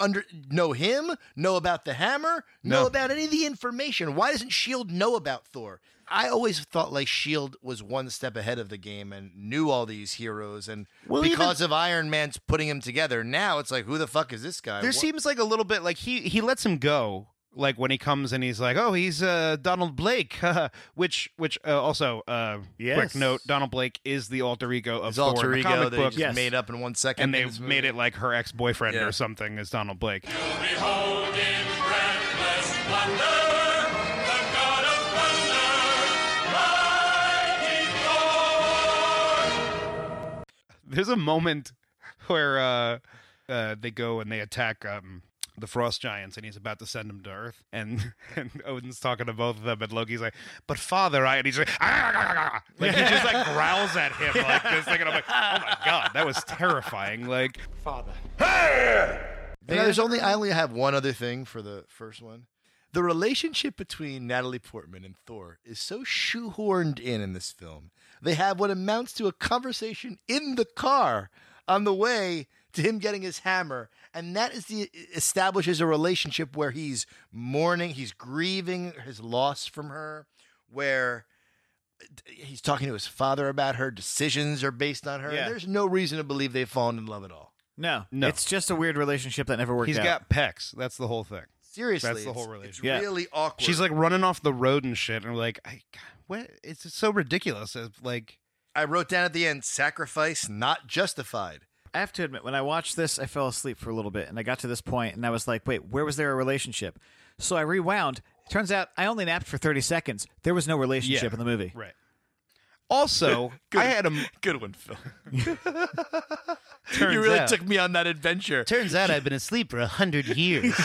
Speaker 4: under know him, know about the hammer, know
Speaker 3: No.
Speaker 4: about any of the information. Why doesn't Shield E know about Thor? I always thought like Shield was one step ahead of the game and knew all these heroes and
Speaker 3: Well,
Speaker 4: because
Speaker 3: even-
Speaker 4: of Iron Man's putting him together. Now it's like who the fuck is this guy?
Speaker 3: There
Speaker 4: What-
Speaker 3: seems like a little bit like he he lets him go. Like when he comes and he's like, "Oh, he's uh, Donald Blake," [LAUGHS] which which uh, also uh,
Speaker 4: Yes.
Speaker 3: quick note: Donald Blake is the alter ego of
Speaker 4: his
Speaker 3: Thor in
Speaker 4: alter
Speaker 3: the
Speaker 4: ego
Speaker 3: comic
Speaker 4: they
Speaker 3: book.
Speaker 4: just made up in one second,
Speaker 3: and
Speaker 4: in
Speaker 3: they've
Speaker 4: this
Speaker 3: made
Speaker 4: movie.
Speaker 3: it like her ex-boyfriend
Speaker 4: Yeah.
Speaker 3: or something is Donald Blake.
Speaker 7: Behold in breathless wonder the God of thunder, mighty Thor.
Speaker 3: [LAUGHS] There's a moment where uh, uh, they go and they attack um, the frost giants and he's about to send them to Earth. And [LAUGHS] and Odin's talking to both of them, and Loki's like, "But father, I," and he's like, "Ah, ah, ah, ah." like he just like growls at him like this thing, and I'm like, "Oh my god, that was terrifying!" Like,
Speaker 11: father,
Speaker 4: And there's only I only have one other thing for the first one. The relationship between Natalie Portman and Thor is so shoehorned in in this film. They have what amounts to a conversation in the car on the way to him getting his hammer, and that is the establishes a relationship where he's mourning, he's grieving his loss from her, where he's talking to his father about her, decisions are based on her. and
Speaker 5: Yeah.
Speaker 4: there's no reason to believe they've fallen in love at all.
Speaker 5: No, no. It's just a weird relationship that never worked
Speaker 3: He's
Speaker 5: out.
Speaker 3: got pecs. That's the whole thing.
Speaker 4: Seriously,
Speaker 3: that's the whole
Speaker 4: it's- it's
Speaker 3: relationship.
Speaker 4: really awkward.
Speaker 3: She's like running off the road and shit, and we're like, I, God, "What? It's just so ridiculous." It's like,
Speaker 4: I wrote down at the end, sacrifice not justified.
Speaker 5: I have to admit, when I watched this, I fell asleep for a little bit, and I got to this point, and I was like, "Wait, where was there a relationship?" So I rewound. Turns out, I only napped for thirty seconds. There was no relationship
Speaker 3: Yeah,
Speaker 5: in the movie.
Speaker 3: right. Also, I had a
Speaker 4: good
Speaker 3: [LAUGHS]
Speaker 4: one, Phil.
Speaker 3: Turns really out- took
Speaker 4: me on that adventure.
Speaker 2: Turns out I've been asleep for a hundred years.
Speaker 3: [LAUGHS]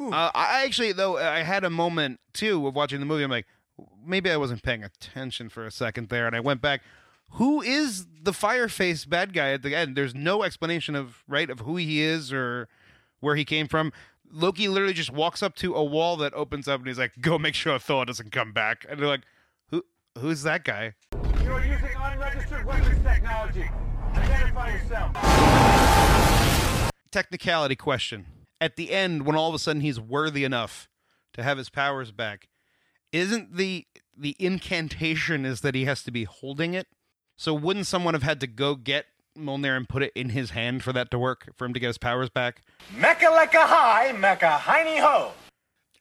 Speaker 3: Uh, I actually, though, I had a moment too of watching the movie. I'm like, maybe I wasn't paying attention for a second there, and I went back. Who is the fireface bad guy at the end? There's no explanation of right of who he is or where he came from. Loki literally just walks up to a wall that opens up, and he's like, "Go make sure Thor doesn't come back." And they're like, "Who? Who's that guy?"
Speaker 20: You're using unregistered weapons technology. Identify yourself.
Speaker 3: technicality question. At the end, when all of a sudden he's worthy enough to have his powers back, isn't the the incantation is that he has to be holding it? So wouldn't someone have had to go get Mjolnir and put it in his hand for that to work, for him to get his powers back?
Speaker 20: Mecca like a high, Mecca hiney ho.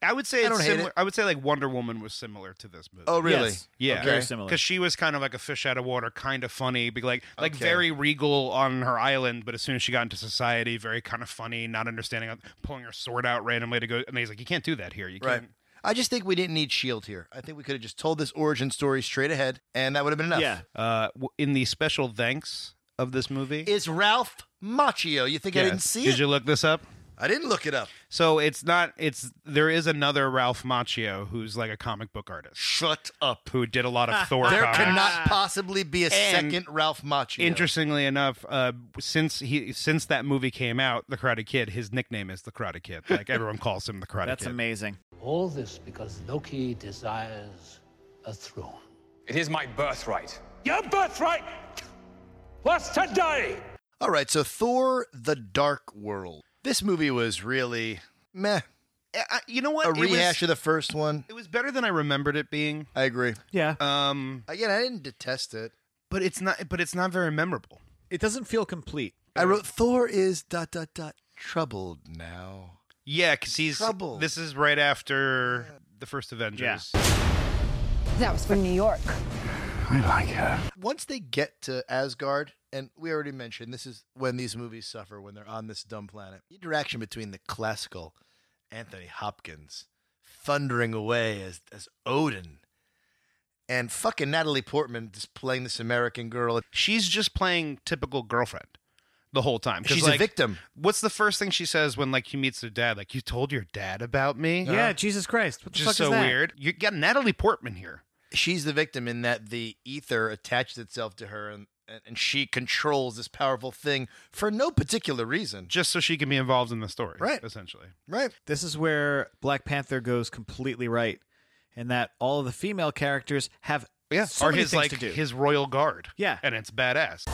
Speaker 3: I would say
Speaker 20: I
Speaker 3: it's
Speaker 20: don't hate
Speaker 3: similar.
Speaker 20: it.
Speaker 3: I would say like Wonder Woman was similar to this movie.
Speaker 4: Oh, really? Yes.
Speaker 3: Yeah,
Speaker 4: Okay. Very similar.
Speaker 3: Because she was kind of like a fish out of water, kind of funny, be like like
Speaker 4: Okay.
Speaker 3: very regal on her island, but as soon as she got into society, very kind of funny, not understanding, pulling her sword out randomly to go. And he's like, "You can't do that here. You
Speaker 4: Right.
Speaker 3: can't."
Speaker 4: I just think we didn't need Shield here. I think we could have just told this origin story straight ahead, and that would have been enough.
Speaker 3: Uh, w- in the special thanks of this movie,
Speaker 4: Is Ralph Macchio? You think I
Speaker 3: Yeah.
Speaker 4: didn't see
Speaker 3: Did
Speaker 4: it?
Speaker 3: you look this up?
Speaker 4: I didn't look it up.
Speaker 3: So it's not. It's there is another Ralph Macchio who's like a comic book artist.
Speaker 4: Shut up.
Speaker 3: Who did a lot of Thor?
Speaker 4: There
Speaker 3: comics.
Speaker 4: cannot possibly be a
Speaker 3: And-
Speaker 4: second Ralph Macchio.
Speaker 3: Interestingly enough, uh, since he since that movie came out, The Karate Kid, his nickname is The Karate Kid. Like everyone calls him The Karate Kid.
Speaker 5: amazing.
Speaker 21: All this because Loki desires a throne.
Speaker 12: It is my birthright.
Speaker 20: Your birthright was today.
Speaker 4: All right, so Thor: The Dark World. This movie was really meh.
Speaker 3: you know what?
Speaker 4: A
Speaker 3: Eh, It was-
Speaker 4: rehash of the first one.
Speaker 3: It was better than I remembered it being.
Speaker 4: I agree.
Speaker 5: Yeah.
Speaker 3: Um.
Speaker 4: Again, I didn't detest it.
Speaker 3: But it's not. But it's not very memorable.
Speaker 5: It doesn't feel complete.
Speaker 4: I wrote Thor is dot dot dot troubled now.
Speaker 3: Yeah, because he's
Speaker 4: Trouble.
Speaker 3: This is right after the first Avengers.
Speaker 22: That was from New York.
Speaker 3: I like her.
Speaker 4: Once they get to Asgard, and we already mentioned this is when these movies suffer when they're on this dumb planet. The interaction between the classical Anthony Hopkins thundering away as as Odin and fucking Natalie Portman just playing this American girl.
Speaker 3: She's just playing typical girlfriend the whole time. 'Cause,
Speaker 4: She's
Speaker 3: like,
Speaker 4: a victim.
Speaker 3: What's the first thing she says when like she meets her dad? Like you told your dad about me?
Speaker 5: Yeah, Jesus Christ, what the
Speaker 3: Uh, just
Speaker 5: fuck
Speaker 3: so
Speaker 5: is that?
Speaker 3: weird. You got Natalie Portman here.
Speaker 4: She's the victim in that the ether attaches itself to her and and she controls this powerful thing for no particular reason.
Speaker 3: Just so she can be involved in the story.
Speaker 4: Right.
Speaker 3: Essentially.
Speaker 4: Right.
Speaker 5: This is where Black Panther goes completely right, in that all of the female characters have
Speaker 3: yeah,
Speaker 5: so
Speaker 3: or
Speaker 5: many
Speaker 3: his
Speaker 5: things
Speaker 3: like
Speaker 5: to do.
Speaker 3: his royal guard.
Speaker 5: Yeah.
Speaker 3: And it's badass.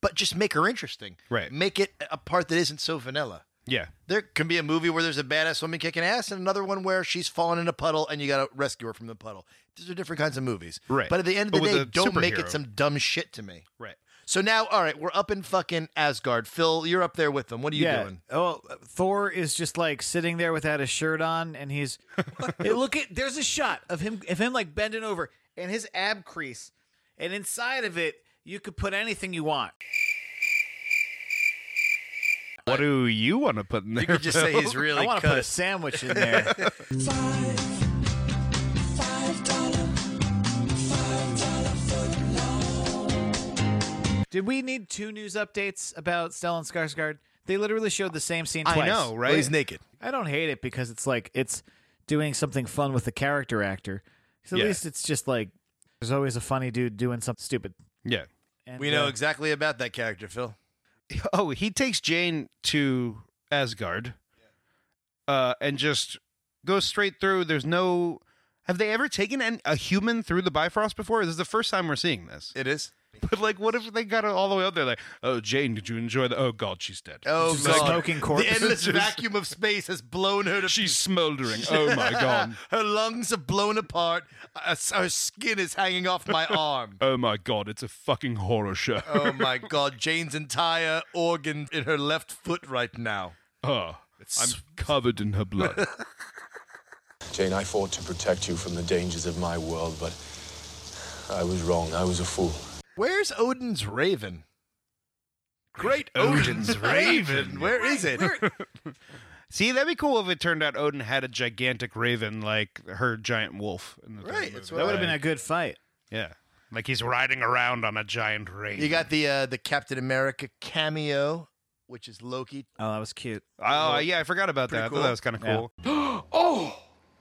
Speaker 4: But just make her interesting.
Speaker 3: Right.
Speaker 4: Make it a part that isn't so vanilla.
Speaker 3: Yeah.
Speaker 4: There can be a movie where there's a badass woman kicking ass, and another one where she's falling in a puddle and you got to rescue her from the puddle. These are different kinds of movies.
Speaker 3: Right.
Speaker 4: But at the end of
Speaker 3: But
Speaker 4: the
Speaker 3: with
Speaker 4: day,
Speaker 3: a
Speaker 4: don't make it
Speaker 3: superhero.
Speaker 4: some dumb shit to me.
Speaker 3: Right.
Speaker 4: So now, all right, we're up in fucking Asgard. Phil, you're up there with them. What are you
Speaker 5: yeah.
Speaker 4: doing?
Speaker 5: Oh, Thor is just like sitting there without his shirt on, and
Speaker 4: [LAUGHS]
Speaker 5: he's Hey, look at. There's a shot of him of him like bending over, and his ab crease, and inside of it you could put anything you want.
Speaker 3: What do you want to put in there?
Speaker 4: You
Speaker 3: [LAUGHS]
Speaker 4: could just say
Speaker 3: Phil?
Speaker 4: he's really
Speaker 5: [LAUGHS] I want to put a sandwich
Speaker 4: [LAUGHS]
Speaker 5: in there. Did we need two news updates about Stellan Skarsgård? They literally showed the same scene
Speaker 3: I
Speaker 5: twice.
Speaker 3: know, right? Well, he's naked.
Speaker 5: I don't hate it because it's like it's doing something fun with the character actor. So at
Speaker 4: Yeah.
Speaker 5: least it's just like there's always a funny dude doing something stupid.
Speaker 3: Yeah.
Speaker 4: we know
Speaker 5: uh,
Speaker 4: exactly about that character, Phil.
Speaker 3: [LAUGHS] Oh, he takes Jane to Asgard, uh, and just goes straight through. There's no. Have they ever taken an, a human through the Bifrost before? This is the first time we're seeing this. [LAUGHS]
Speaker 4: It is.
Speaker 3: But like, what if they got it all the way up there? Like, oh, Jane, did you enjoy the? Oh God, she's dead.
Speaker 4: Oh,
Speaker 3: It's
Speaker 4: God.
Speaker 3: like-
Speaker 4: The endless [LAUGHS] vacuum of space has blown her
Speaker 3: [LAUGHS]
Speaker 4: to [LAUGHS]
Speaker 3: She's smoldering. [LAUGHS] Oh my God.
Speaker 4: her lungs have blown apart. Uh, Her skin is hanging off [LAUGHS] my arm.
Speaker 3: Oh my God, it's a fucking horror show. [LAUGHS]
Speaker 4: Oh my God. Jane's entire organ in her left foot right now.
Speaker 3: Oh, I'm covered in her blood.
Speaker 19: Jane, I fought to protect you from the dangers of my world, but I was wrong. I was a fool.
Speaker 4: Where's Odin's raven? Great Odin's raven. Where is it?
Speaker 3: [LAUGHS] See, that'd be cool if it turned out Odin had a gigantic raven like her giant wolf. In the
Speaker 4: Right, that's
Speaker 5: that would have been a good fight.
Speaker 3: Yeah. Like he's riding around on a giant raven.
Speaker 4: You got the uh, the Captain America cameo, which is Loki.
Speaker 5: Oh, that
Speaker 4: [LAUGHS]
Speaker 5: was cute.
Speaker 3: Oh, yeah, I forgot about that. I thought that was kind of cool.
Speaker 4: oh,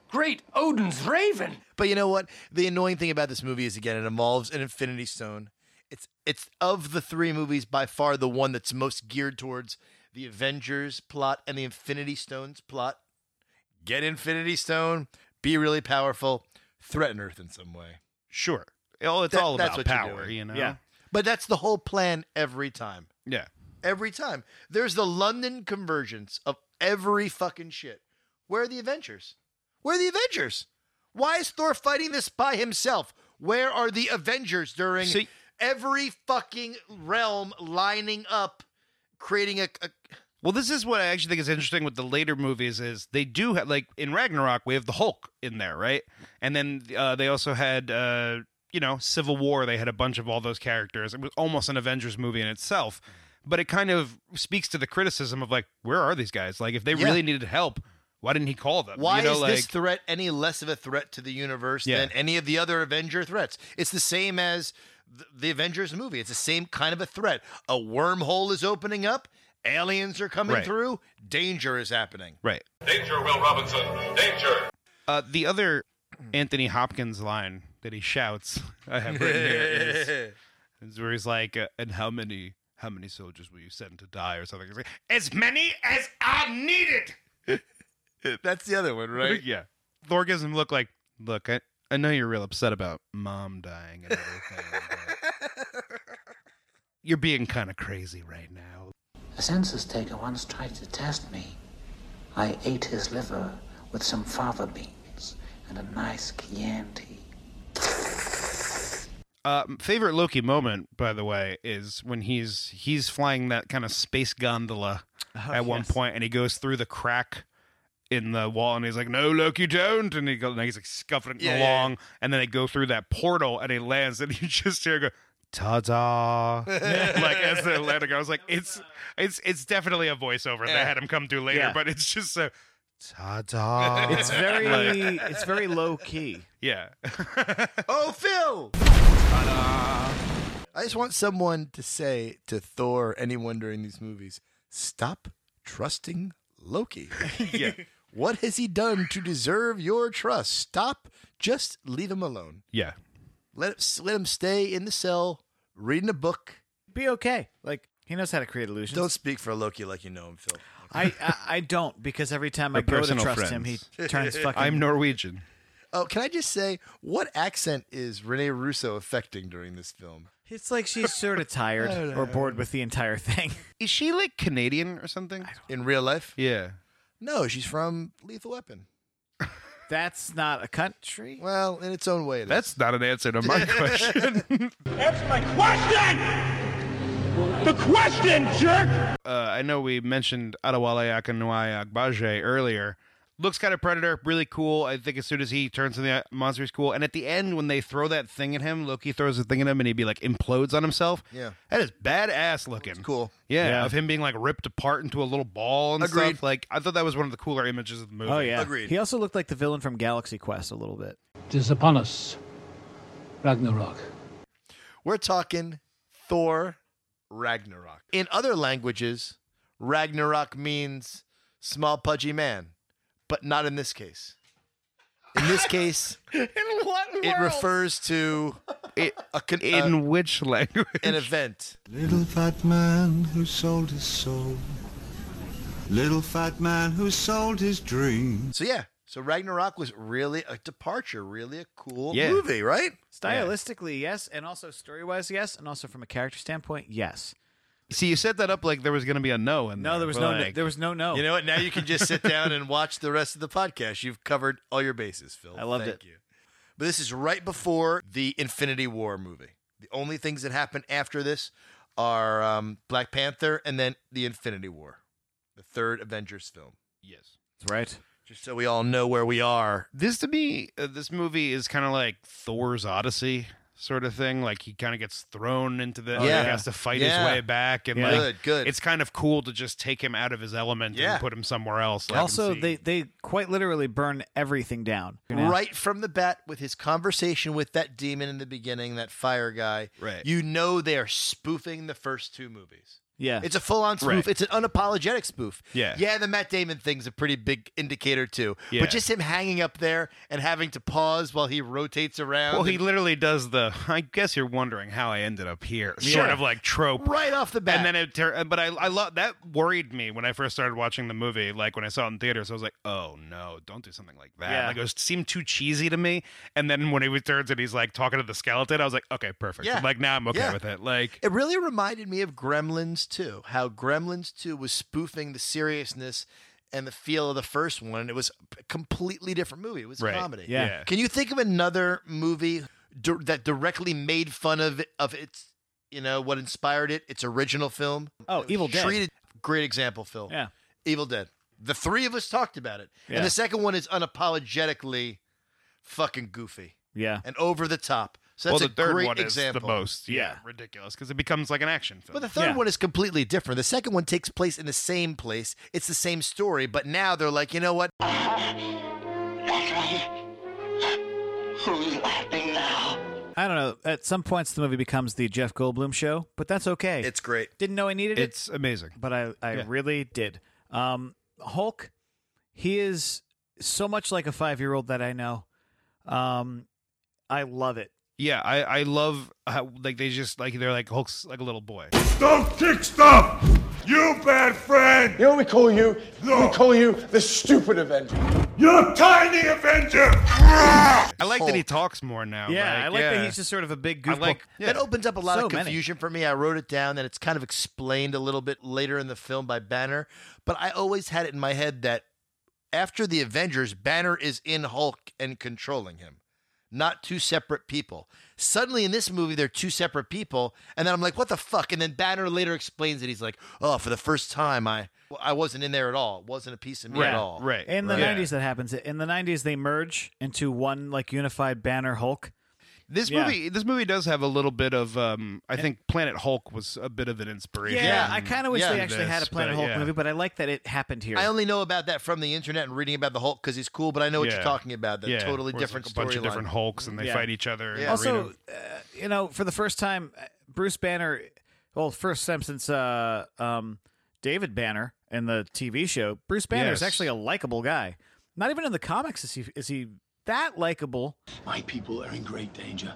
Speaker 4: great Odin's raven. But you know what? The annoying thing about this movie is again it involves an Infinity Stone. It's it's of the three movies by far the one that's most geared towards the Avengers plot and the Infinity Stones plot. Get Infinity Stone, be really powerful, threaten Earth in some way.
Speaker 3: Sure. Oh, it's all about power, you know? Yeah.
Speaker 4: But that's the whole plan every time.
Speaker 3: Yeah.
Speaker 4: Every time. There's the London convergence of every fucking shit. Where are the Avengers? Where are the Avengers? Why is Thor fighting this by himself? Where are the Avengers during
Speaker 3: See-
Speaker 4: every fucking realm lining up, creating a. a
Speaker 3: Well, this is what I actually think is interesting with the later movies is they do have like in Ragnarok we have the Hulk in there, right? And then uh, they also had uh, you know Civil War. They had a bunch of all those characters. It was almost an Avengers movie in itself, but it kind of speaks to the criticism of like where are these guys? Like if they
Speaker 4: Yeah.
Speaker 3: really needed help, why didn't he call them?
Speaker 4: why
Speaker 3: you know,
Speaker 4: is
Speaker 3: like,
Speaker 4: this threat any less of a threat to the universe
Speaker 3: Yeah.
Speaker 4: than any of the other Avenger threats? It's the same as th- the Avengers movie. It's the same kind of a threat. A wormhole is opening up, aliens are coming
Speaker 3: Right.
Speaker 4: through, danger is happening.
Speaker 3: right?
Speaker 23: Danger, Will Robinson. Danger.
Speaker 3: Uh, the other Anthony Hopkins line that he shouts, I have written
Speaker 23: [LAUGHS]
Speaker 3: here, is, is where he's like, uh, "And how many, how many soldiers will you send to die, or something?" He's like, As many as I needed. [LAUGHS]
Speaker 4: That's the other one, right?
Speaker 3: yeah. Thor gives him a look like, "Look, I, I know you're real upset about mom dying and everything.
Speaker 23: [LAUGHS]
Speaker 3: but you're being kind of crazy right now."
Speaker 19: A census taker once tried to test me. I ate his liver with some fava beans and a nice Chianti.
Speaker 3: Uh, favorite Loki moment, by the way, is when he's he's flying that kind of space gondola
Speaker 4: Oh,
Speaker 3: at one point, and he goes through the crack in the wall, and he's like, "No, Loki, don't!" And he goes, and he's like scuffing it
Speaker 4: Yeah, yeah,
Speaker 3: along, and then they go through that portal, and he lands, and [LAUGHS] you just hear it go,
Speaker 4: [LAUGHS]
Speaker 3: "Ta-da!" like as they're landing, I was like, "It's it's it's definitely a voiceover." They
Speaker 4: Yeah.
Speaker 3: had him come through later,
Speaker 4: Yeah.
Speaker 3: but it's just so ta-da.
Speaker 4: [LAUGHS]
Speaker 5: It's very
Speaker 3: Like,
Speaker 5: it's very low key.
Speaker 3: [LAUGHS] yeah. [LAUGHS]
Speaker 4: oh, Phil! I just want someone to say to Thor, anyone during these movies, stop trusting Loki.
Speaker 3: yeah.
Speaker 4: What has he done to deserve your trust? Stop. Just leave him alone.
Speaker 3: Yeah.
Speaker 4: Let let him stay in the cell, reading a book.
Speaker 5: Be okay. Like he knows how to create illusions.
Speaker 4: Don't speak for Loki like you know him, Phil.
Speaker 5: I, I I don't because every time I
Speaker 3: We're
Speaker 5: go to
Speaker 3: personal
Speaker 5: trust him, he
Speaker 3: friends.
Speaker 4: [LAUGHS]
Speaker 5: turns fucking.
Speaker 3: I'm Norwegian.
Speaker 4: Oh, can I just say, what accent is Rene Russo affecting during this film?
Speaker 5: It's like she's sort of
Speaker 4: [LAUGHS]
Speaker 5: tired or bored with the entire thing. [LAUGHS]
Speaker 3: Is she like Canadian or something?
Speaker 4: In real life?
Speaker 3: Yeah.
Speaker 4: No, she's from Lethal Weapon.
Speaker 5: That's not a country.
Speaker 4: Well, in its own way, it is.
Speaker 3: That's not an answer to [LAUGHS] my question.
Speaker 11: Answer my question! The question, jerk!
Speaker 3: uh, I know we mentioned Adewale Akinwaya Agbaje earlier. Looks kind of predator, really cool. I think as soon as he turns to the monster, he's cool. And at the end, when they throw that thing at him, Loki throws the thing at him, and he'd be like implodes on himself.
Speaker 4: Yeah.
Speaker 3: that is badass looking.
Speaker 4: cool.
Speaker 3: Yeah,
Speaker 4: Yeah.
Speaker 3: of him being like ripped apart into a little ball and
Speaker 4: Agreed.
Speaker 3: stuff. Like I thought that was one of the cooler images of the movie.
Speaker 5: Oh yeah, He also looked like the villain from Galaxy Quest a little bit.
Speaker 21: It is upon us, Ragnarok.
Speaker 4: We're talking Thor, Ragnarok. In other languages, Ragnarok means small pudgy man, but not in this case. In this case,
Speaker 3: [LAUGHS] in what
Speaker 4: it refers to [LAUGHS] a, con- uh,
Speaker 3: In
Speaker 4: a-
Speaker 3: which language?
Speaker 4: an event.
Speaker 24: Little fat man who sold his soul. Little fat man who sold his dream.
Speaker 4: So yeah, so Ragnarok was really a departure, really a cool
Speaker 5: Yeah.
Speaker 4: movie, right?
Speaker 5: Stylistically, yes, and also story wise, yes, and also from a character standpoint, yes.
Speaker 3: See, you set that up like there was going to be a no, and
Speaker 5: No, there was no, there was no no.
Speaker 4: Oh [LAUGHS] You know what? Now you can just sit down and watch the rest of the podcast. You've covered all your bases, Phil.
Speaker 5: I loved
Speaker 4: Thank
Speaker 5: it.
Speaker 4: you. But this is right before the Infinity War movie. The only things that happen after this are um, Black Panther and then the Infinity War, the third Avengers film.
Speaker 3: Yes.
Speaker 5: That's right.
Speaker 4: Just so we all know where we are.
Speaker 3: This to me, uh, this movie is kind of like Thor's Odyssey sort of thing. Like he kind of gets thrown into the,
Speaker 4: Oh,
Speaker 3: like,
Speaker 4: yeah.
Speaker 3: he has to fight
Speaker 4: Yeah.
Speaker 3: his way back, and
Speaker 4: Yeah.
Speaker 3: like,
Speaker 4: Good, good.
Speaker 3: It's kind of cool to just take him out of his element
Speaker 4: Yeah.
Speaker 3: and put him somewhere else. Like,
Speaker 5: also,
Speaker 3: and see-
Speaker 5: they they quite literally burn everything down.
Speaker 4: Right from the bat, with his conversation with that demon in the beginning, that fire guy,
Speaker 3: Right.
Speaker 4: you know they are spoofing the first two movies.
Speaker 5: Yeah.
Speaker 4: It's a full on spoof.
Speaker 5: Right.
Speaker 4: It's an unapologetic spoof.
Speaker 5: Yeah.
Speaker 4: Yeah, the Matt Damon thing's a pretty big indicator too.
Speaker 3: Yeah.
Speaker 4: But just him hanging up there and having to pause while he rotates around.
Speaker 3: well, he
Speaker 4: and-
Speaker 3: literally does the. I guess you're wondering how I ended up here, sort
Speaker 4: Yeah.
Speaker 3: of like trope.
Speaker 4: right off the bat.
Speaker 3: And then it, ter- but I, I love that worried me when I first started watching the movie. Like when I saw it in theaters, I was like, "Oh no, don't do something like that."
Speaker 5: Yeah.
Speaker 3: Like it was, seemed too cheesy to me. And then when he returns and he's like talking to the skeleton, I was like, "Okay, perfect."
Speaker 4: Yeah.
Speaker 3: Like now I'm okay
Speaker 4: Yeah.
Speaker 3: with it. Like
Speaker 4: It really reminded me of Gremlins 2, how Gremlins 2 was spoofing the seriousness and the feel of the first one. It was a completely different movie. It was
Speaker 3: Right.
Speaker 4: a comedy.
Speaker 5: Yeah. Yeah.
Speaker 4: Can you think of another movie dir- that directly made fun of it, of its, you know, what inspired it, its original film?
Speaker 5: Oh, Evil Dead.
Speaker 4: Treated great example, Phil.
Speaker 5: Yeah.
Speaker 4: Evil Dead. The three of us talked about it.
Speaker 5: Yeah.
Speaker 4: And the second one is unapologetically fucking goofy
Speaker 5: Yeah.
Speaker 4: and over the top. So that's
Speaker 3: well, the
Speaker 4: a
Speaker 3: third
Speaker 4: great
Speaker 3: one
Speaker 4: example.
Speaker 3: is the most yeah,
Speaker 5: Yeah.
Speaker 3: ridiculous because it becomes like an action film.
Speaker 4: Well, the third one is completely different. The second one takes place in the same place. It's the same story, but now they're like, you know what?
Speaker 25: Who's laughing now?
Speaker 5: I don't know. At some points, the movie becomes the Jeff Goldblum show, but that's okay.
Speaker 4: It's great.
Speaker 5: Didn't know I needed it.
Speaker 3: it's amazing.
Speaker 5: but I, I
Speaker 3: Yeah.
Speaker 5: really did. Um, Hulk, he is so much like a five year old that I know. Um, I love it.
Speaker 3: Yeah, I, I love how like they just like they're like Hulk's like a little boy.
Speaker 26: Don't kick stuff! You bad friend!
Speaker 11: You know what we call you? We call you the stupid Avenger.
Speaker 26: You're tiny Avenger!
Speaker 3: I like that he talks more now.
Speaker 5: yeah,
Speaker 3: like,
Speaker 5: I like
Speaker 3: yeah.
Speaker 5: that he's just sort of a big
Speaker 3: I
Speaker 5: goofball.
Speaker 3: like
Speaker 4: That opens up a lot
Speaker 5: So
Speaker 4: of
Speaker 5: many.
Speaker 4: confusion for me. I wrote it down, and it's kind of explained a little bit later in the film by Banner. But I always had it in my head that after the Avengers, Banner is in Hulk and controlling him, not two separate people. Suddenly in this movie, they're two separate people, and then I'm like, what the fuck? And then Banner later explains it. He's like, oh, for the first time, I I wasn't in there at all. It wasn't a piece of me at
Speaker 3: Right,
Speaker 4: all.
Speaker 3: right.
Speaker 5: in the
Speaker 3: right. Yeah.
Speaker 5: 90s, that happens. In the 90s, they merge into one like unified banner Hulk.
Speaker 3: This
Speaker 5: Yeah.
Speaker 3: movie, this movie does have a little bit of. Um, I think Planet Hulk was a bit of an inspiration.
Speaker 5: Yeah, I kind of wish
Speaker 4: Yeah,
Speaker 5: they actually had a
Speaker 3: this,
Speaker 5: Planet
Speaker 3: but
Speaker 5: Hulk
Speaker 3: yeah.
Speaker 5: movie, but I like that it happened here.
Speaker 4: I only know about that from the internet and reading about the Hulk because he's cool, but I know what
Speaker 3: Yeah.
Speaker 4: you're talking about. The
Speaker 3: yeah,
Speaker 4: totally
Speaker 3: where it's
Speaker 4: different
Speaker 3: like a bunch of
Speaker 4: storyline.
Speaker 3: different Hulks, and they
Speaker 5: Yeah.
Speaker 3: fight each other. in
Speaker 4: Yeah.
Speaker 3: the
Speaker 5: also,
Speaker 3: arena.
Speaker 5: uh, you know, for the first time, uh, Bruce Banner, well, first time since uh, um, David Banner in the TV show, Bruce Banner is
Speaker 3: Yes.
Speaker 5: actually a likable guy. Not even in the comics is he is he that likable.
Speaker 19: My people are in great danger,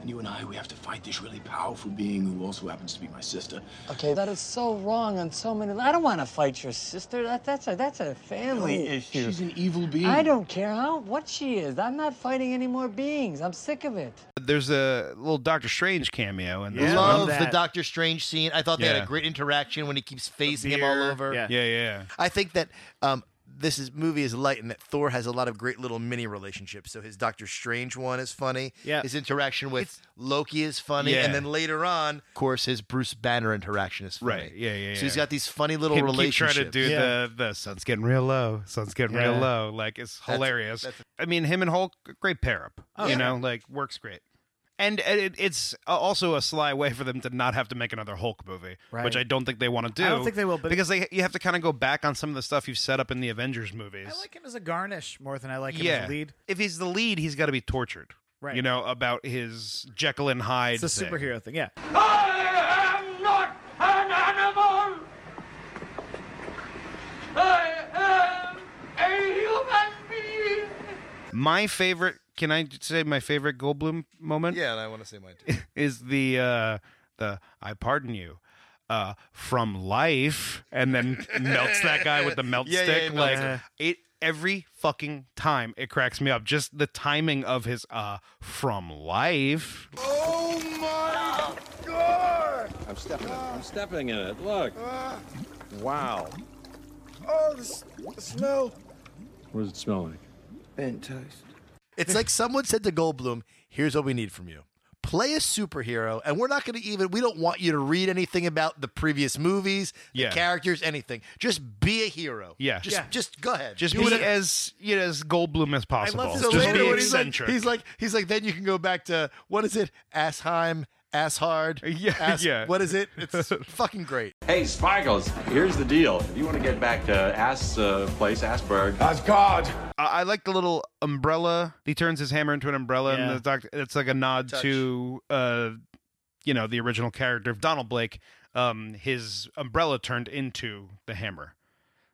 Speaker 19: and you and I, we have to fight this really powerful being who also happens to be my sister.
Speaker 21: Okay, that is so wrong on so many. I don't want to fight your sister. That, that's a that's a family
Speaker 19: No,
Speaker 21: issue.
Speaker 19: She's an evil being.
Speaker 21: I don't care how what she is. I'm not fighting any more beings. I'm sick of it.
Speaker 3: there's a little Doctor Strange cameo, and
Speaker 5: Yeah.
Speaker 4: Love
Speaker 5: Love
Speaker 4: the
Speaker 5: that.
Speaker 4: Doctor Strange scene. I thought they had
Speaker 3: Yeah.
Speaker 4: a great interaction when he keeps phasing him all over.
Speaker 5: Yeah.
Speaker 3: yeah, yeah.
Speaker 4: I think that um, this is, movie is light and that Thor has a lot of great little mini relationships. So his Doctor Strange one is funny.
Speaker 5: Yeah.
Speaker 4: His interaction with Loki is funny.
Speaker 3: Yeah.
Speaker 4: And then later on, of course, his Bruce Banner interaction is funny.
Speaker 3: Right, yeah, yeah,
Speaker 4: So he's
Speaker 3: yeah.
Speaker 4: got these funny little
Speaker 3: Him keep trying
Speaker 4: relationships.
Speaker 3: to do the the sun's getting real low, sun's getting
Speaker 5: Yeah.
Speaker 3: real low. Like it's hilarious. I mean, him and Hulk, great pair up.
Speaker 4: Oh,
Speaker 3: you know, like works great. And it, it's also a sly way for them to not have to make another Hulk movie,
Speaker 5: Right.
Speaker 3: which I don't think they want to do.
Speaker 5: I don't think they will, but-
Speaker 3: because they you have to kind of go back on some of the stuff you've set up in the Avengers movies.
Speaker 5: I like him as a garnish more than I like him
Speaker 3: yeah,
Speaker 5: as a lead.
Speaker 3: if he's the lead, he's got to be tortured.
Speaker 5: Right.
Speaker 3: You know about his Jekyll and Hyde.
Speaker 5: It's a
Speaker 3: thing.
Speaker 5: superhero thing. Yeah.
Speaker 25: I am not
Speaker 3: My favorite, can I say my favorite Goldblum moment?
Speaker 4: Yeah, and I want to say mine too.
Speaker 3: is the uh the I pardon you uh from life and then melts that guy with the melt
Speaker 4: [LAUGHS] Yeah, yeah,
Speaker 3: stick
Speaker 4: he
Speaker 3: like
Speaker 4: melts him.
Speaker 3: it every fucking time it cracks me up just the timing of his uh from life
Speaker 11: Oh my god!
Speaker 19: I'm stepping in it. I'm stepping in it. Look.
Speaker 11: Ah,
Speaker 19: Wow.
Speaker 11: oh, the, s- the smell.
Speaker 19: What does it smell like?
Speaker 11: And toast.
Speaker 4: It's like someone said to Goldblum, "Here's what we need from you: play a superhero, and we're not going to even. We don't want you to read anything about the previous movies, the
Speaker 3: Yeah.
Speaker 4: characters, anything. Just be a hero.
Speaker 3: Yeah.
Speaker 4: just
Speaker 3: Yeah.
Speaker 4: just go ahead.
Speaker 3: just
Speaker 4: Do
Speaker 3: be
Speaker 4: whatever-
Speaker 3: as you know, as Goldblum as possible
Speaker 4: So
Speaker 3: just
Speaker 4: later
Speaker 3: be
Speaker 4: when he's like-
Speaker 3: eccentric
Speaker 4: He's like, he's like, then you can go back to what is it? Assheim, Asshard.
Speaker 3: [LAUGHS] Yeah,
Speaker 4: ass,
Speaker 19: yeah.
Speaker 4: What is it?
Speaker 3: [LAUGHS]
Speaker 4: It's fucking great.
Speaker 19: Hey, Sparkles, here's the deal. If you want to get back to Ass uh, Place, Asperg.
Speaker 3: God. I like the little umbrella. He turns his hammer into an umbrella,
Speaker 19: Yeah.
Speaker 3: and the doc- it's like a nod
Speaker 19: Touch.
Speaker 3: to, uh, you know, the original character of Donald Blake. Um, his umbrella turned into the hammer,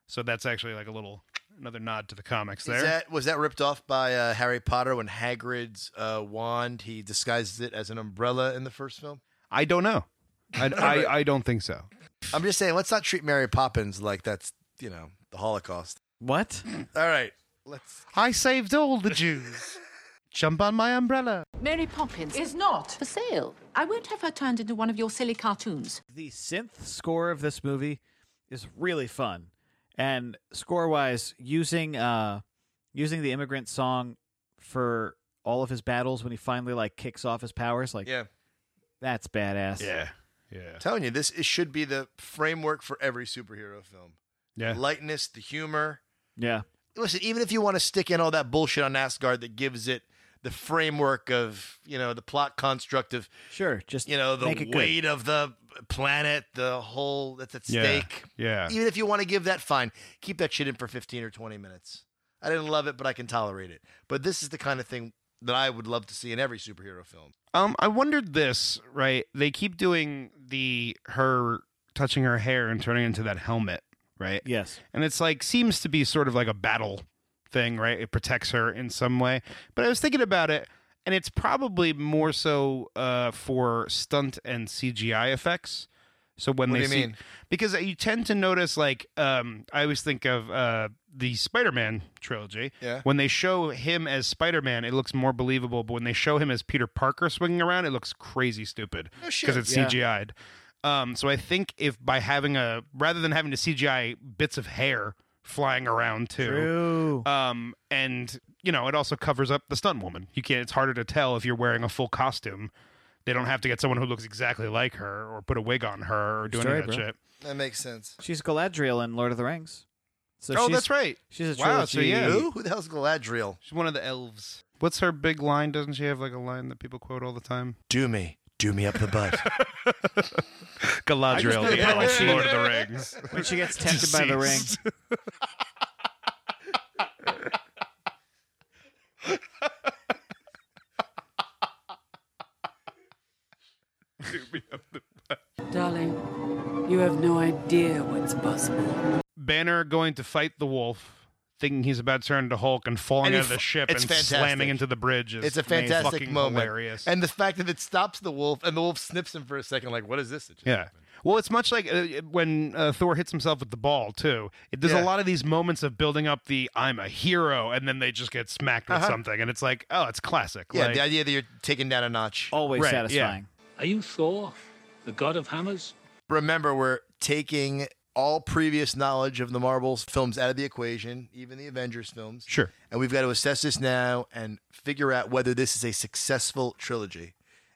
Speaker 3: so that's actually like a little another nod to the comics there.
Speaker 4: Is that was that ripped off by uh, Harry Potter when Hagrid's uh, wand he disguises it as an umbrella in the first film?
Speaker 3: I don't know. [LAUGHS] I, I, I don't think so.
Speaker 4: I'm just saying, let's not treat Mary Poppins like that's you know the Holocaust.
Speaker 5: What?
Speaker 4: All right, let's.
Speaker 3: I saved all the [LAUGHS] Jews. Jump on my umbrella.
Speaker 1: Mary Poppins is not for sale. I won't have her turned into one of your silly cartoons.
Speaker 5: The synth score of this movie is really fun, and score-wise, using uh, using the immigrant song for all of his battles when he finally like kicks off his powers, like
Speaker 4: Yeah.
Speaker 5: that's badass.
Speaker 3: yeah.
Speaker 4: telling you, this is, should be the framework for every superhero film.
Speaker 3: Yeah.
Speaker 4: lightness, the humor.
Speaker 5: yeah.
Speaker 4: Listen, even if you want to stick in all that bullshit on NASCAR that gives it the framework of you know the plot construct of
Speaker 5: sure, just
Speaker 4: you know the
Speaker 5: make it good.
Speaker 4: weight of the planet, the whole that's at
Speaker 3: Yeah,
Speaker 4: stake.
Speaker 3: yeah.
Speaker 4: Even if you want to give that, fine. Keep that shit in for fifteen or twenty minutes. I didn't love it, but I can tolerate it. But this is the kind of thing that I would love to see in every superhero film.
Speaker 3: Um, I wondered this, right? They keep doing the her touching her hair and turning into that helmet, right?
Speaker 5: Yes.
Speaker 3: And it's like seems to be sort of like a battle thing, right? It protects her in some way. But I was thinking about it, and it's probably more so uh, for stunt and CGI effects. So when they
Speaker 4: What do you
Speaker 3: see,
Speaker 4: mean?
Speaker 3: because you tend to notice, like, um, I always think of uh, the Spider-Man trilogy.
Speaker 4: Yeah.
Speaker 3: When they show him as Spider-Man, it looks more believable. But when they show him as Peter Parker swinging around, it looks crazy stupid
Speaker 4: Oh,
Speaker 3: because
Speaker 4: shit.
Speaker 3: it's
Speaker 4: Yeah.
Speaker 3: CGI'd. Um, so I think if by having a rather than having to CGI bits of hair flying around too, um, and you know it also covers up the stunt woman. You can't. It's harder to tell if you're wearing a full costume. They don't have to get someone who looks exactly like her or put a wig on her or do any of that
Speaker 5: Story, bro.
Speaker 3: shit.
Speaker 4: That makes sense.
Speaker 5: She's Galadriel in Lord of the Rings. So
Speaker 3: oh,
Speaker 5: she's-
Speaker 3: that's right.
Speaker 5: She's a
Speaker 3: wow. So
Speaker 5: trilogy.
Speaker 3: yeah,
Speaker 4: Who the hell's Galadriel?
Speaker 3: She's one of the elves. What's her big line? Doesn't she have like a line that people quote all the time?
Speaker 4: Do me, do me up
Speaker 3: [LAUGHS]
Speaker 4: the butt.
Speaker 5: I just
Speaker 3: Galadriel,
Speaker 5: know
Speaker 3: the [LAUGHS]
Speaker 5: that when
Speaker 3: elf,
Speaker 5: she-
Speaker 3: Lord of the Rings.
Speaker 5: When she gets tempted by the ring.
Speaker 3: Deceased.
Speaker 21: Darling, you have no idea what's possible.
Speaker 3: Banner going to fight the wolf, thinking he's about to turn into Hulk and falling
Speaker 4: And he
Speaker 3: out of the
Speaker 4: f-
Speaker 3: ship and
Speaker 4: it's fantastic.
Speaker 3: slamming into the bridge. Is
Speaker 4: it's a fantastic
Speaker 3: fucking
Speaker 4: moment.
Speaker 3: Hilarious.
Speaker 4: And the fact that it stops the wolf and the wolf snips him for a second, like, what is this? that just
Speaker 3: yeah.
Speaker 4: happened?
Speaker 3: Well, it's much like uh, when uh, Thor hits himself with the ball too. It, there's
Speaker 4: Yeah.
Speaker 3: a lot of these moments of building up the "I'm a hero" and then they just get smacked with
Speaker 4: Uh-huh.
Speaker 3: something, and it's like, oh, it's classic.
Speaker 4: Yeah,
Speaker 3: Like-
Speaker 4: the idea that you're taking down a notch.
Speaker 5: Always
Speaker 3: Right, yeah. satisfying.
Speaker 19: Are you Thor, the god of hammers?
Speaker 4: Remember, we're taking all previous knowledge of the Marvel films out of the equation, even the Avengers films.
Speaker 3: Sure.
Speaker 4: And we've got to assess this now and figure out whether this is a successful trilogy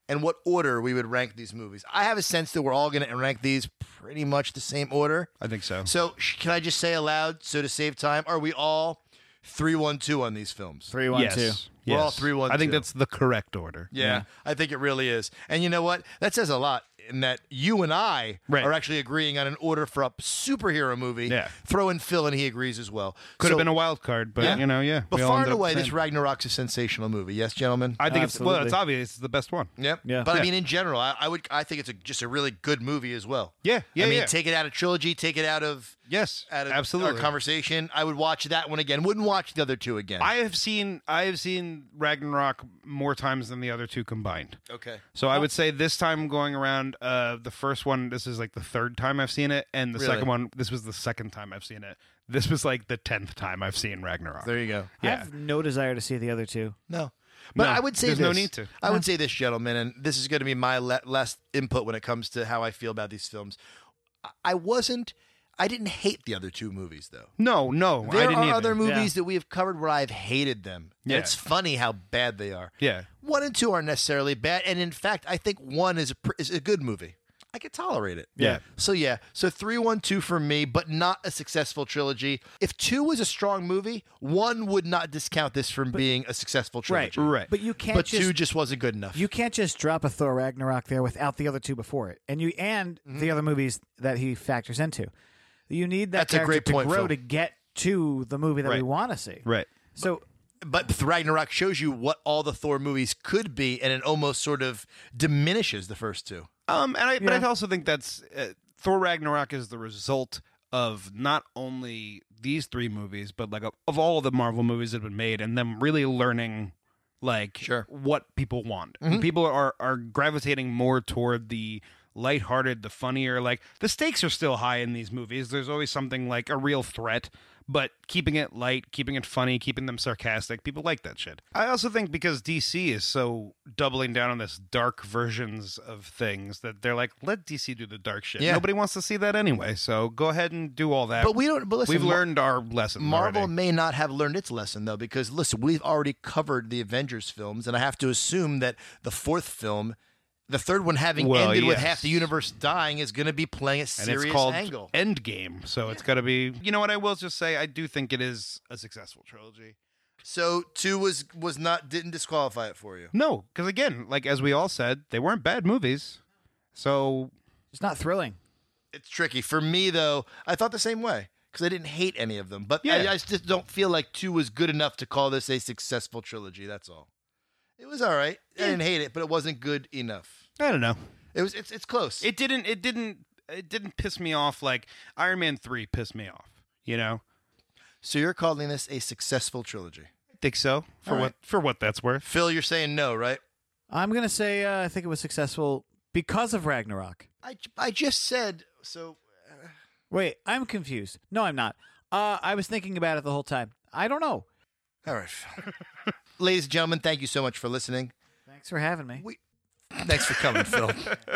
Speaker 4: and what order we would rank these movies. I have a sense that we're all going to rank these pretty much the same order.
Speaker 3: I think so.
Speaker 4: So, sh- can I just say aloud, so to save time, are we all 3 1 2 on these films? 3
Speaker 3: yes.
Speaker 4: We're all
Speaker 3: Yes.
Speaker 4: 3 1
Speaker 3: I think that's the correct order.
Speaker 4: yeah, I think it really is. And you know what? That says a lot in that you and I
Speaker 3: Right.
Speaker 4: are actually agreeing on an order for a superhero movie.
Speaker 3: Yeah.
Speaker 4: Throw in Phil and he agrees as well.
Speaker 3: Could have
Speaker 4: So-
Speaker 3: been a wild card, but
Speaker 4: Yeah.
Speaker 3: you know, yeah.
Speaker 4: But
Speaker 3: we all
Speaker 4: far
Speaker 3: ended
Speaker 4: and
Speaker 3: up
Speaker 4: away,
Speaker 3: the
Speaker 4: this
Speaker 3: same.
Speaker 4: Ragnarok's a sensational movie. Yes, gentlemen?
Speaker 3: I think it's well, it's obvious. It's the best one.
Speaker 4: Yep.
Speaker 3: Yeah.
Speaker 4: But I
Speaker 3: Yeah.
Speaker 4: mean, in general, I, I would. I think it's a, just a really good movie as well.
Speaker 3: Yeah, yeah,
Speaker 4: I mean,
Speaker 3: yeah.
Speaker 4: take it out of trilogy, take it out of
Speaker 3: Yes,
Speaker 4: out of
Speaker 3: absolutely.
Speaker 4: our uh, conversation. I would watch that one again. Wouldn't watch the other two again.
Speaker 3: I have seen I have seen Ragnarok more times than the other two combined.
Speaker 4: Okay.
Speaker 3: So I would say this time going around, uh, the first one this is like the third time I've seen it, and the
Speaker 4: Really?
Speaker 3: second one this was the second time I've seen it. This was like the tenth time I've seen Ragnarok.
Speaker 4: There you go.
Speaker 5: I
Speaker 3: Yeah.
Speaker 5: have no desire to see the other two.
Speaker 4: No. But
Speaker 3: No,
Speaker 4: I would say
Speaker 3: there's no
Speaker 4: this.
Speaker 3: need to.
Speaker 4: I would say this, gentlemen, and this is going to be my le- last input when it comes to how I feel about these films. I- I wasn't. I didn't hate the other two movies, though.
Speaker 3: No, no,
Speaker 4: There
Speaker 3: I didn't
Speaker 4: are
Speaker 3: either.
Speaker 4: other movies that we have covered where I've hated them. And
Speaker 3: Yeah.
Speaker 4: It's funny how bad they are.
Speaker 3: Yeah.
Speaker 4: One and two aren't necessarily bad, and in fact, I think one is a pr- is a good movie. I could tolerate it.
Speaker 3: Yeah.
Speaker 4: So yeah, so three one two for me, but not a successful trilogy. If two was a strong movie, one would not discount this from being a successful
Speaker 5: Right,
Speaker 4: trilogy.
Speaker 5: right. But you can't
Speaker 4: But
Speaker 5: just-
Speaker 4: two just wasn't good enough.
Speaker 5: You can't just drop a Thor Ragnarok there without the other two before it, and you and
Speaker 4: Mm-hmm.
Speaker 5: the other movies that he factors into. You need that
Speaker 4: That's a
Speaker 5: character
Speaker 4: great point,
Speaker 5: to grow
Speaker 4: Phil.
Speaker 5: to get to the movie that we
Speaker 4: Right.
Speaker 5: want to see.
Speaker 3: Right.
Speaker 5: So
Speaker 4: But Ragnarok shows you what all the Thor movies could be, and it almost sort of diminishes the first two.
Speaker 3: Um, and I, but I
Speaker 4: Yeah.
Speaker 3: also think that's uh, Thor Ragnarok is the result of not only these three movies, but like of, of all the Marvel movies that have been made, and them really learning like what people want. And
Speaker 4: Mhm.
Speaker 3: People are are gravitating more toward the lighthearted, the funnier. Like the stakes are still high in these movies. There's always something like a real threat. But keeping it light, keeping it funny, keeping them sarcastic, people like that shit. I also think because DC is so doubling down on this dark versions of things that they're like, let DC do the dark shit.
Speaker 4: Yeah.
Speaker 3: Nobody wants to see that anyway, so go ahead and do all that.
Speaker 4: But we don't- but listen,
Speaker 3: we've
Speaker 4: Mar-
Speaker 3: learned our lesson.
Speaker 4: Marvel
Speaker 3: already.
Speaker 4: may not have learned its lesson though, because listen, we've already covered the Avengers films, and I have to assume that the fourth film, the third one having
Speaker 3: Well,
Speaker 4: ended with
Speaker 3: yes.
Speaker 4: half the universe dying, is going to be playing a
Speaker 3: and
Speaker 4: serious
Speaker 3: it's called
Speaker 4: angle.
Speaker 3: Endgame, so it's got to be. You know what? I will just say, I do think it is a successful trilogy.
Speaker 4: So two was was not didn't disqualify it for you.
Speaker 3: No, because again, like as we all said, they weren't bad movies. So
Speaker 5: it's not thrilling.
Speaker 4: It's tricky for me though. I thought the same way because I didn't hate any of them, but I-
Speaker 3: Yeah.
Speaker 4: I, just don't feel like two was good enough to call this a successful trilogy. That's all. It was all right. I didn't hate it, but it wasn't good enough.
Speaker 3: I don't know.
Speaker 4: It was. It's it's close.
Speaker 3: It didn't. It didn't. It didn't piss me off like Iron Man three pissed me off. You know.
Speaker 4: So you're calling this a successful trilogy?
Speaker 3: I think so. For
Speaker 4: All right.
Speaker 3: what? For what that's worth.
Speaker 4: Phil, you're saying no, right?
Speaker 5: I'm gonna say uh, I think it was successful because of Ragnarok.
Speaker 4: I, I just said so.
Speaker 5: Wait, I'm confused. No, I'm not. Uh, I was thinking about it the whole time. I don't know.
Speaker 4: All right. [LAUGHS] Ladies and gentlemen, thank you so much for listening.
Speaker 5: Thanks for having me.
Speaker 4: Thanks for coming,
Speaker 3: [LAUGHS]
Speaker 4: Phil.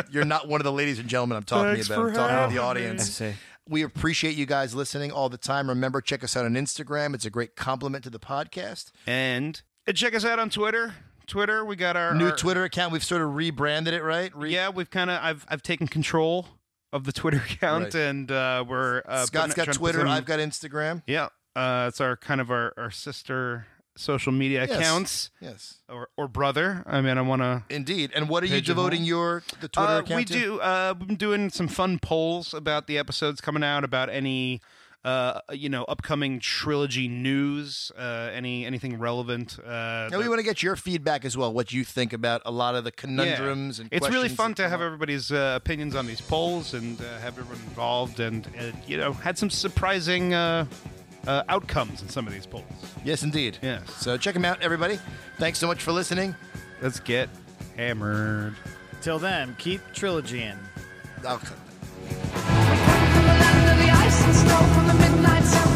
Speaker 4: You're not one of the ladies and gentlemen I'm talking
Speaker 5: Thanks
Speaker 4: about. I'm
Speaker 5: for
Speaker 4: talking to
Speaker 5: having
Speaker 4: the
Speaker 5: me.
Speaker 4: audience.
Speaker 5: I see.
Speaker 4: We appreciate you guys listening all the time. Remember, check us out on Instagram. It's a great compliment to the podcast.
Speaker 3: And and check us out on Twitter. Twitter, we got our
Speaker 4: New
Speaker 3: our-
Speaker 4: Twitter account. We've sort of rebranded it, right?
Speaker 3: yeah, uh, we've kind of I've I've taken control of the Twitter account,
Speaker 4: Right.
Speaker 3: and uh, we're uh, putting
Speaker 4: Scott's
Speaker 3: it-
Speaker 4: got
Speaker 3: trying to put
Speaker 4: Twitter.
Speaker 3: some-
Speaker 4: I've got Instagram.
Speaker 3: yeah. Uh, it's our kind of our, our sister social media
Speaker 4: Yes.
Speaker 3: accounts
Speaker 4: Yes.
Speaker 3: or or brother. I mean, I want to
Speaker 4: Indeed. And what are you
Speaker 3: Pigeonhole.
Speaker 4: devoting your the Twitter
Speaker 3: uh,
Speaker 4: account
Speaker 3: we
Speaker 4: to?
Speaker 3: do uh we've been doing some fun polls about the episodes coming out about any uh you know upcoming trilogy news uh any anything relevant uh
Speaker 4: And we
Speaker 3: that-
Speaker 4: want to get your feedback as well, what you think about a lot of the conundrums
Speaker 3: yeah.
Speaker 4: and
Speaker 3: it's really
Speaker 4: questions
Speaker 3: fun
Speaker 4: that
Speaker 3: to
Speaker 4: come
Speaker 3: have
Speaker 4: up.
Speaker 3: everybody's uh, opinions on these polls and uh, have everyone involved and uh, you know had some surprising uh, uh outcomes in some of these polls
Speaker 4: Yes, indeed.
Speaker 3: Yes.
Speaker 4: So check them out, everybody. Thanks so much for listening.
Speaker 3: let's get hammered
Speaker 5: Till then, keep trilogy in.
Speaker 4: I'll
Speaker 21: Under the ice and snow from the midnight sun.